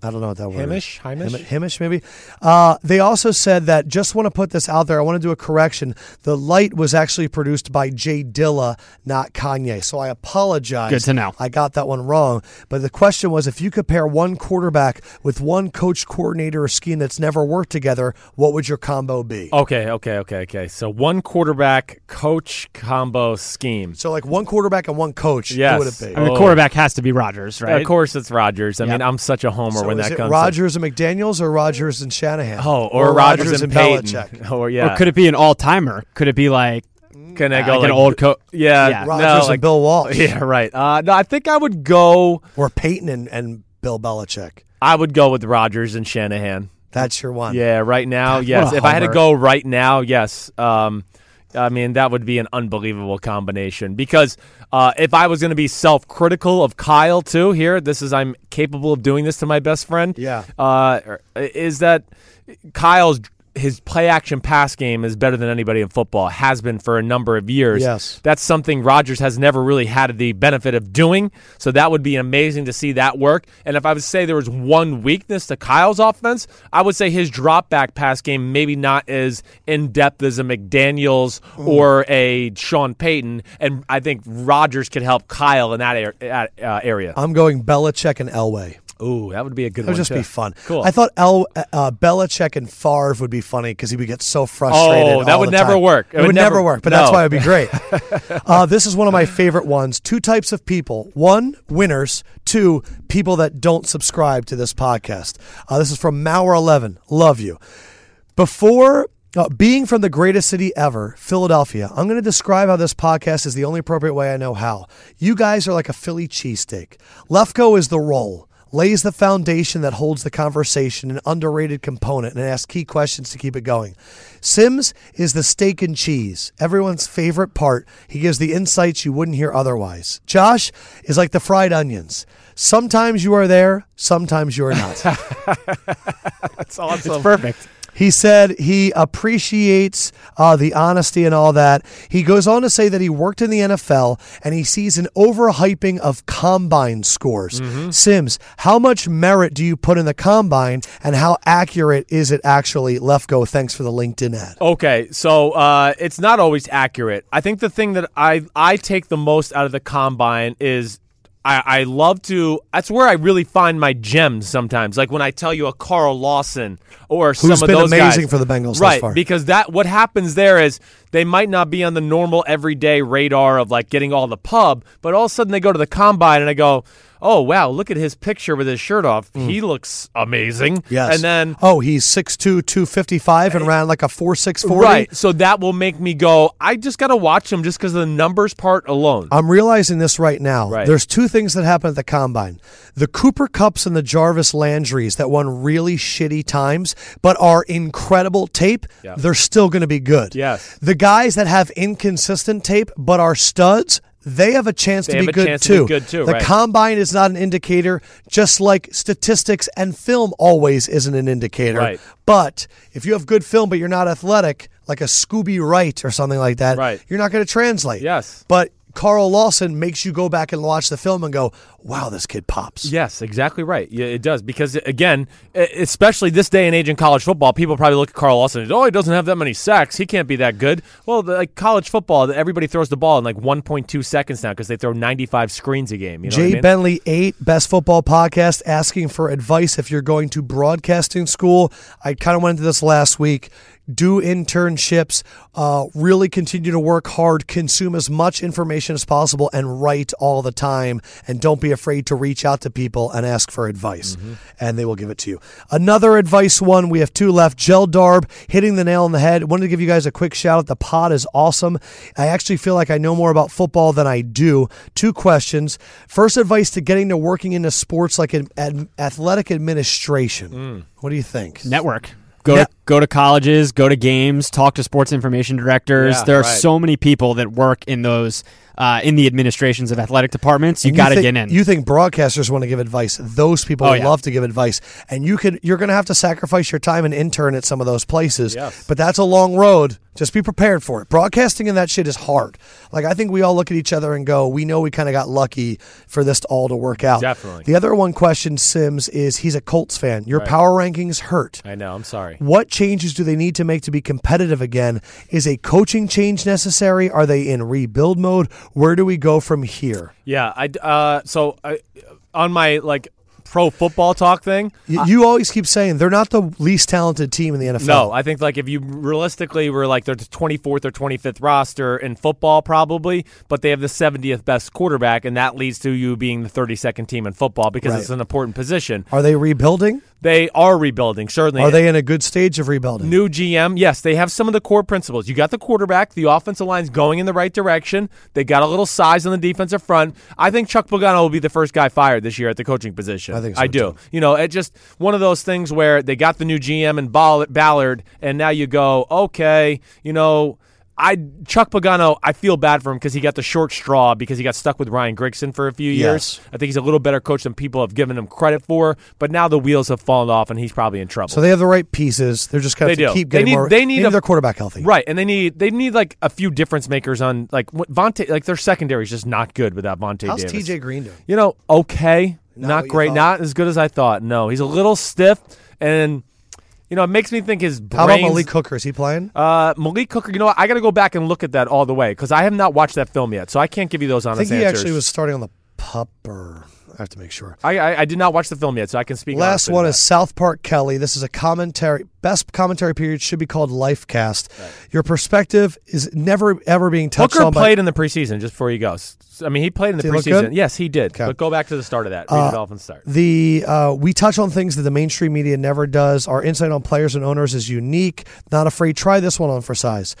I don't know what that word is. Hamish? Hamish? Him- Hamish, maybe. Uh, they also said that just want to put this out there. I want to do a correction. The light was actually produced by Jay Dilla, not Kanye. So I apologize. Good to know. I got that one wrong. But the question was if you could pair one quarterback with one coach, coordinator, or scheme that's never worked together, what would your combo be? Okay, okay, okay, okay. So one quarterback coach combo scheme. So, like one quarterback and one coach, Yes. who would it be? I mean, Oh. the quarterback has to be Rogers, right? Of course it's Rogers. I mean, I'm such a homer So when is that it comes to- Rogers and McDaniels or Rogers and Shanahan? Oh, or, Rogers, and Payton. Belichick. Or yeah. Or could it be an all timer? Could it be like Can I Uh, go like an old co? Yeah, Yeah. Rogers no, and like- Bill Walsh. Yeah, right. Uh, no, I think I would go. Or Peyton and, and Bill Belichick. I would go with Rogers and Shanahan. That's your one. Yeah, right now, yes. a If I had to homer. go right now, yes. Um, I mean, that would be an unbelievable combination because uh, if I was going to be self-critical of Kyle too, here, this is I'm capable of doing this to my best friend. Yeah. uh, is that Kyle's his play action pass game is better than anybody in football has been for a number of years. Yes. that's something Rodgers has never really had the benefit of doing. So that would be amazing to see that work. And if I would say there was one weakness to Kyle's offense, I would say his drop back pass game maybe not as in depth as a McDaniel's Mm. or a Sean Payton. And I think Rodgers could help Kyle in that ar- that, uh, area. I'm going Belichick and Elway. Ooh, that would be a good That one. would just too. be fun. Cool. I thought El, uh, Belichick and Favre would be funny because he would get so frustrated. Oh, that all would the never time. work. It, would never, work, but that's no. why it would be great. uh, this is one of my favorite ones. Two types of people: one, winners; two, people that don't subscribe to this podcast. Uh, this is from Mauer Eleven. Love you. Before uh, being from the greatest city ever, Philadelphia, I'm going to describe how this podcast is the only appropriate way I know how. You guys are like a Philly cheesesteak. Lefko is the roll, lays the foundation that holds the conversation, an underrated component, and asks key questions to keep it going. Sims is the steak and cheese, everyone's favorite part. He gives the insights you wouldn't hear otherwise. Josh is like the fried onions. Sometimes you are there, sometimes you are not. That's awesome. It's perfect. He said he appreciates uh, the honesty and all that. He goes on to say that he worked in the NFL and he sees an overhyping of combine scores. Mm-hmm. Sims, how much merit do you put in the combine and how accurate is it actually? Lefko, thanks for the LinkedIn ad. Okay, so uh, it's not always accurate. I think the thing that I I take the most out of the combine is I, I love to. That's where I really find my gems sometimes. Like when I tell you a Carl Lawson or some of been those amazing guys. for the Bengals thus right? far. Because that what happens there is they might not be on the normal everyday radar of like getting all the pub, but all of a sudden they go to the combine and I go. Oh wow! Look at his picture with his shirt off. He looks amazing. Mm. Yes. And then oh, he's 6'2", 255 and ran like a 4'6'40. Right. So that will make me go, I just got to watch him just because of the numbers part alone. I'm realizing this right now. Right. There's two things that happen at the combine. The Cooper Cups and the Jarvis Landrys that won really shitty times but are incredible tape, they're still going to be good. Yes. The guys that have inconsistent tape but are studs, they have a chance to have be a good chance to too. be good too, The right. combine is not an indicator, just like statistics and film always isn't an indicator. Right. But if you have good film but you're not athletic, like a Scooby Wright or something like that, Right. you're not going to translate. Yes. But Carl Lawson makes you go back and watch the film and go, wow, this kid pops. yes, exactly right. Yeah, it does. Because, again, e- especially this day and age in college football, people probably look at Carl Lawson and, oh, he doesn't have that many sacks. He can't be that good. Well, the, like college football, everybody throws the ball in like 1.2 seconds now because they throw 95 screens a game. You know what I Jay mean? Bentley, 8, Best Football Podcast, asking for advice if you're going to broadcasting school. I kind of went into this last week. Do internships, uh, really continue to work hard, consume as much information as possible, and write all the time. And don't be afraid to reach out to people and ask for advice, and they will give it to you. Another advice one, we have two left. Gel Darb hitting the nail on the head. Wanted to give you guys a quick shout out. The pod is awesome. I actually feel like I know more about football than I do. Two questions. First advice to getting to working into sports like an ad- athletic administration. What do you think? Network. Go Yeah. to go to colleges, go to games, talk to sports information directors. Yeah, there are right. so many people that work in those uh, in the administrations of athletic departments. You You got to think- get in. You think broadcasters want to give advice? Those people Oh, yeah. love to give advice, and you could you're going to have to sacrifice your time and intern at some of those places. Yes. But that's a long road. Just be prepared for it. Broadcasting and that shit is hard. Like I think we all look at each other and go, "We know we kind of got lucky for this all to work out." Definitely. The other one question Sims is he's a Colts fan. Your power rankings hurt. I know. I'm sorry. What changes do they need to make to be competitive again? Is a coaching change necessary? Are they in rebuild mode? Where do we go from here? Yeah. I, d- uh, so I, on my like pro football talk thing, You, you always keep saying they're not the least talented team in the NFL. No, I think like if you realistically were like they're the 24th or 25th roster in football probably, but they have the 70th best quarterback and that leads to you being the 32nd team in football because Right. it's an important position. Are they rebuilding? They are rebuilding, certainly. Are they in a good stage of rebuilding? New GM, yes, they have some of the core principles. You got the quarterback, the offensive line's going in the right direction. They got a little size on the defensive front. I think Chuck Pagano will be the first guy fired this year at the coaching position. I think so, I do. too. You know, it just one of those things where they got the new GM and Ball- Ballard, and now you go, okay, you know. I Chuck Pagano, I feel bad for him because he got the short straw because he got stuck with Ryan Grigson for a few Yes. years. I think he's a little better coach than people have given him credit for, but now the wheels have fallen off and he's probably in trouble. so they have the right pieces. They're just going They to do. keep They getting need- more. they need a- their quarterback healthy. Right, and they need they need like a few difference makers on like what Vontae like their secondary is just not good without Vontae How's Davis. TJ Green doing? You know, okay, Not not, what you great, thought. not as good as I thought. No, he's a little stiff, and you know it makes me think his brains. How about Malik Hooker? Is he playing? Uh, Malik Hooker. You know, what? I got to go back and look at that all the way because I have not watched that film yet, so I can't give you those I honest think he answers. actually was starting on the pup or I have to make sure. I, I I did not watch the film yet, so I can speak. Last honestly to one that. is South Park Kelly. This is a commentary. Best commentary period should be called Lifecast. Your perspective is never ever being touched Hooker on. by- played in the preseason. Just before you go, S- I mean, he played in the Did he look preseason. good? Uh, Yes, he did. But go back to the start of that. Read it off and start. the uh, we touch on things that the mainstream media never does. Our insight on players and owners is unique. Not afraid. Try this one on for size.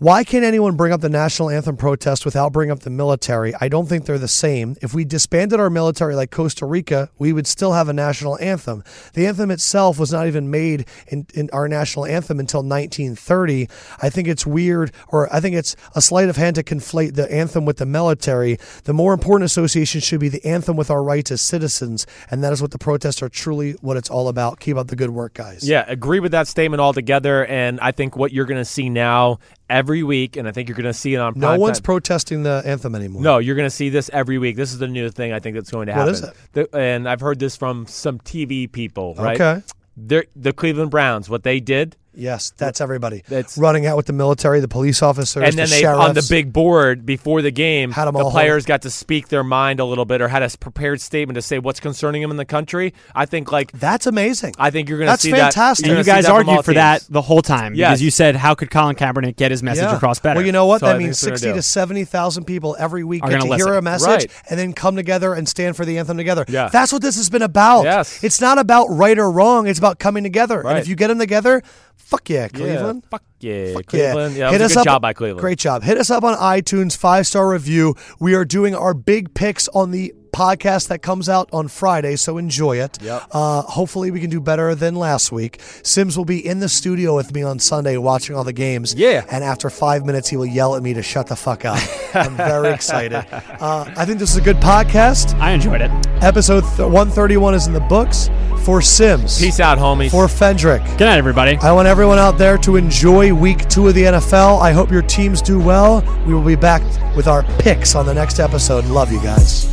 Why can't anyone bring up the national anthem protest without bringing up the military? I don't think they're the same. If we disbanded our military like Costa Rica, we would still have a national anthem. The anthem itself was not even made in, in our national anthem until 1930. I think it's weird, or I think it's a sleight of hand to conflate the anthem with the military. The more important association should be the anthem with our rights as citizens, and that is what the protests are truly what it's all about. Keep up the good work, guys. Yeah, agree with that statement altogether. And I think what you're going to see now every week, and I think you're going to see it on No prime one's time- protesting the anthem anymore. No, you're going to see this every week. This is the new thing I think that's going to happen. What is The- and I've heard this from some TV people, right? Okay. They're, the Cleveland Browns, what they did, Yes, that's everybody. That's- running out with the military, the police officers, and then the they sheriffs. on the big board before the game, Had 'em all the hold- players got to speak their mind a little bit or had a s- prepared statement to say what's concerning them in the country. I think like That's amazing. I think you're going to That's see fantastic. that. You're And you're you gonna see guys that from all argued for that teams. the whole time Yes. because you said, "How could Colin Kaepernick get his message Yeah. across better?" Well, you know what? So I that think means we're gonna sixty do to it. seventy thousand people every week Are get to gonna hear listen. a message Right. and then come together and stand for the anthem together. Yeah. That's what this has been about. Yes. It's not about right or wrong. It's about coming together. And Right. if you get them together, fuck yeah, Yeah. Cleveland. Fuck yeah, Cleveland. Yeah, it Hit us was a good up, job by Cleveland. Great job. Hit us up on iTunes, five star review. We are doing our big picks on the podcast that comes out on Friday, so enjoy it. Yep. Uh, hopefully, we can do better than last week. Sims will be in the studio with me on Sunday watching all the games. Yeah. And after five minutes, he will yell at me to shut the fuck up. I'm very excited. Uh, I think this is a good podcast. I enjoyed it. Episode th- 131 is in the books for Sims, Peace out, homies. for Fendrick. Good night, everybody. I want everyone out there to enjoy week two of the NFL. I hope your teams do well. We will be back with our picks on the next episode. Love you guys.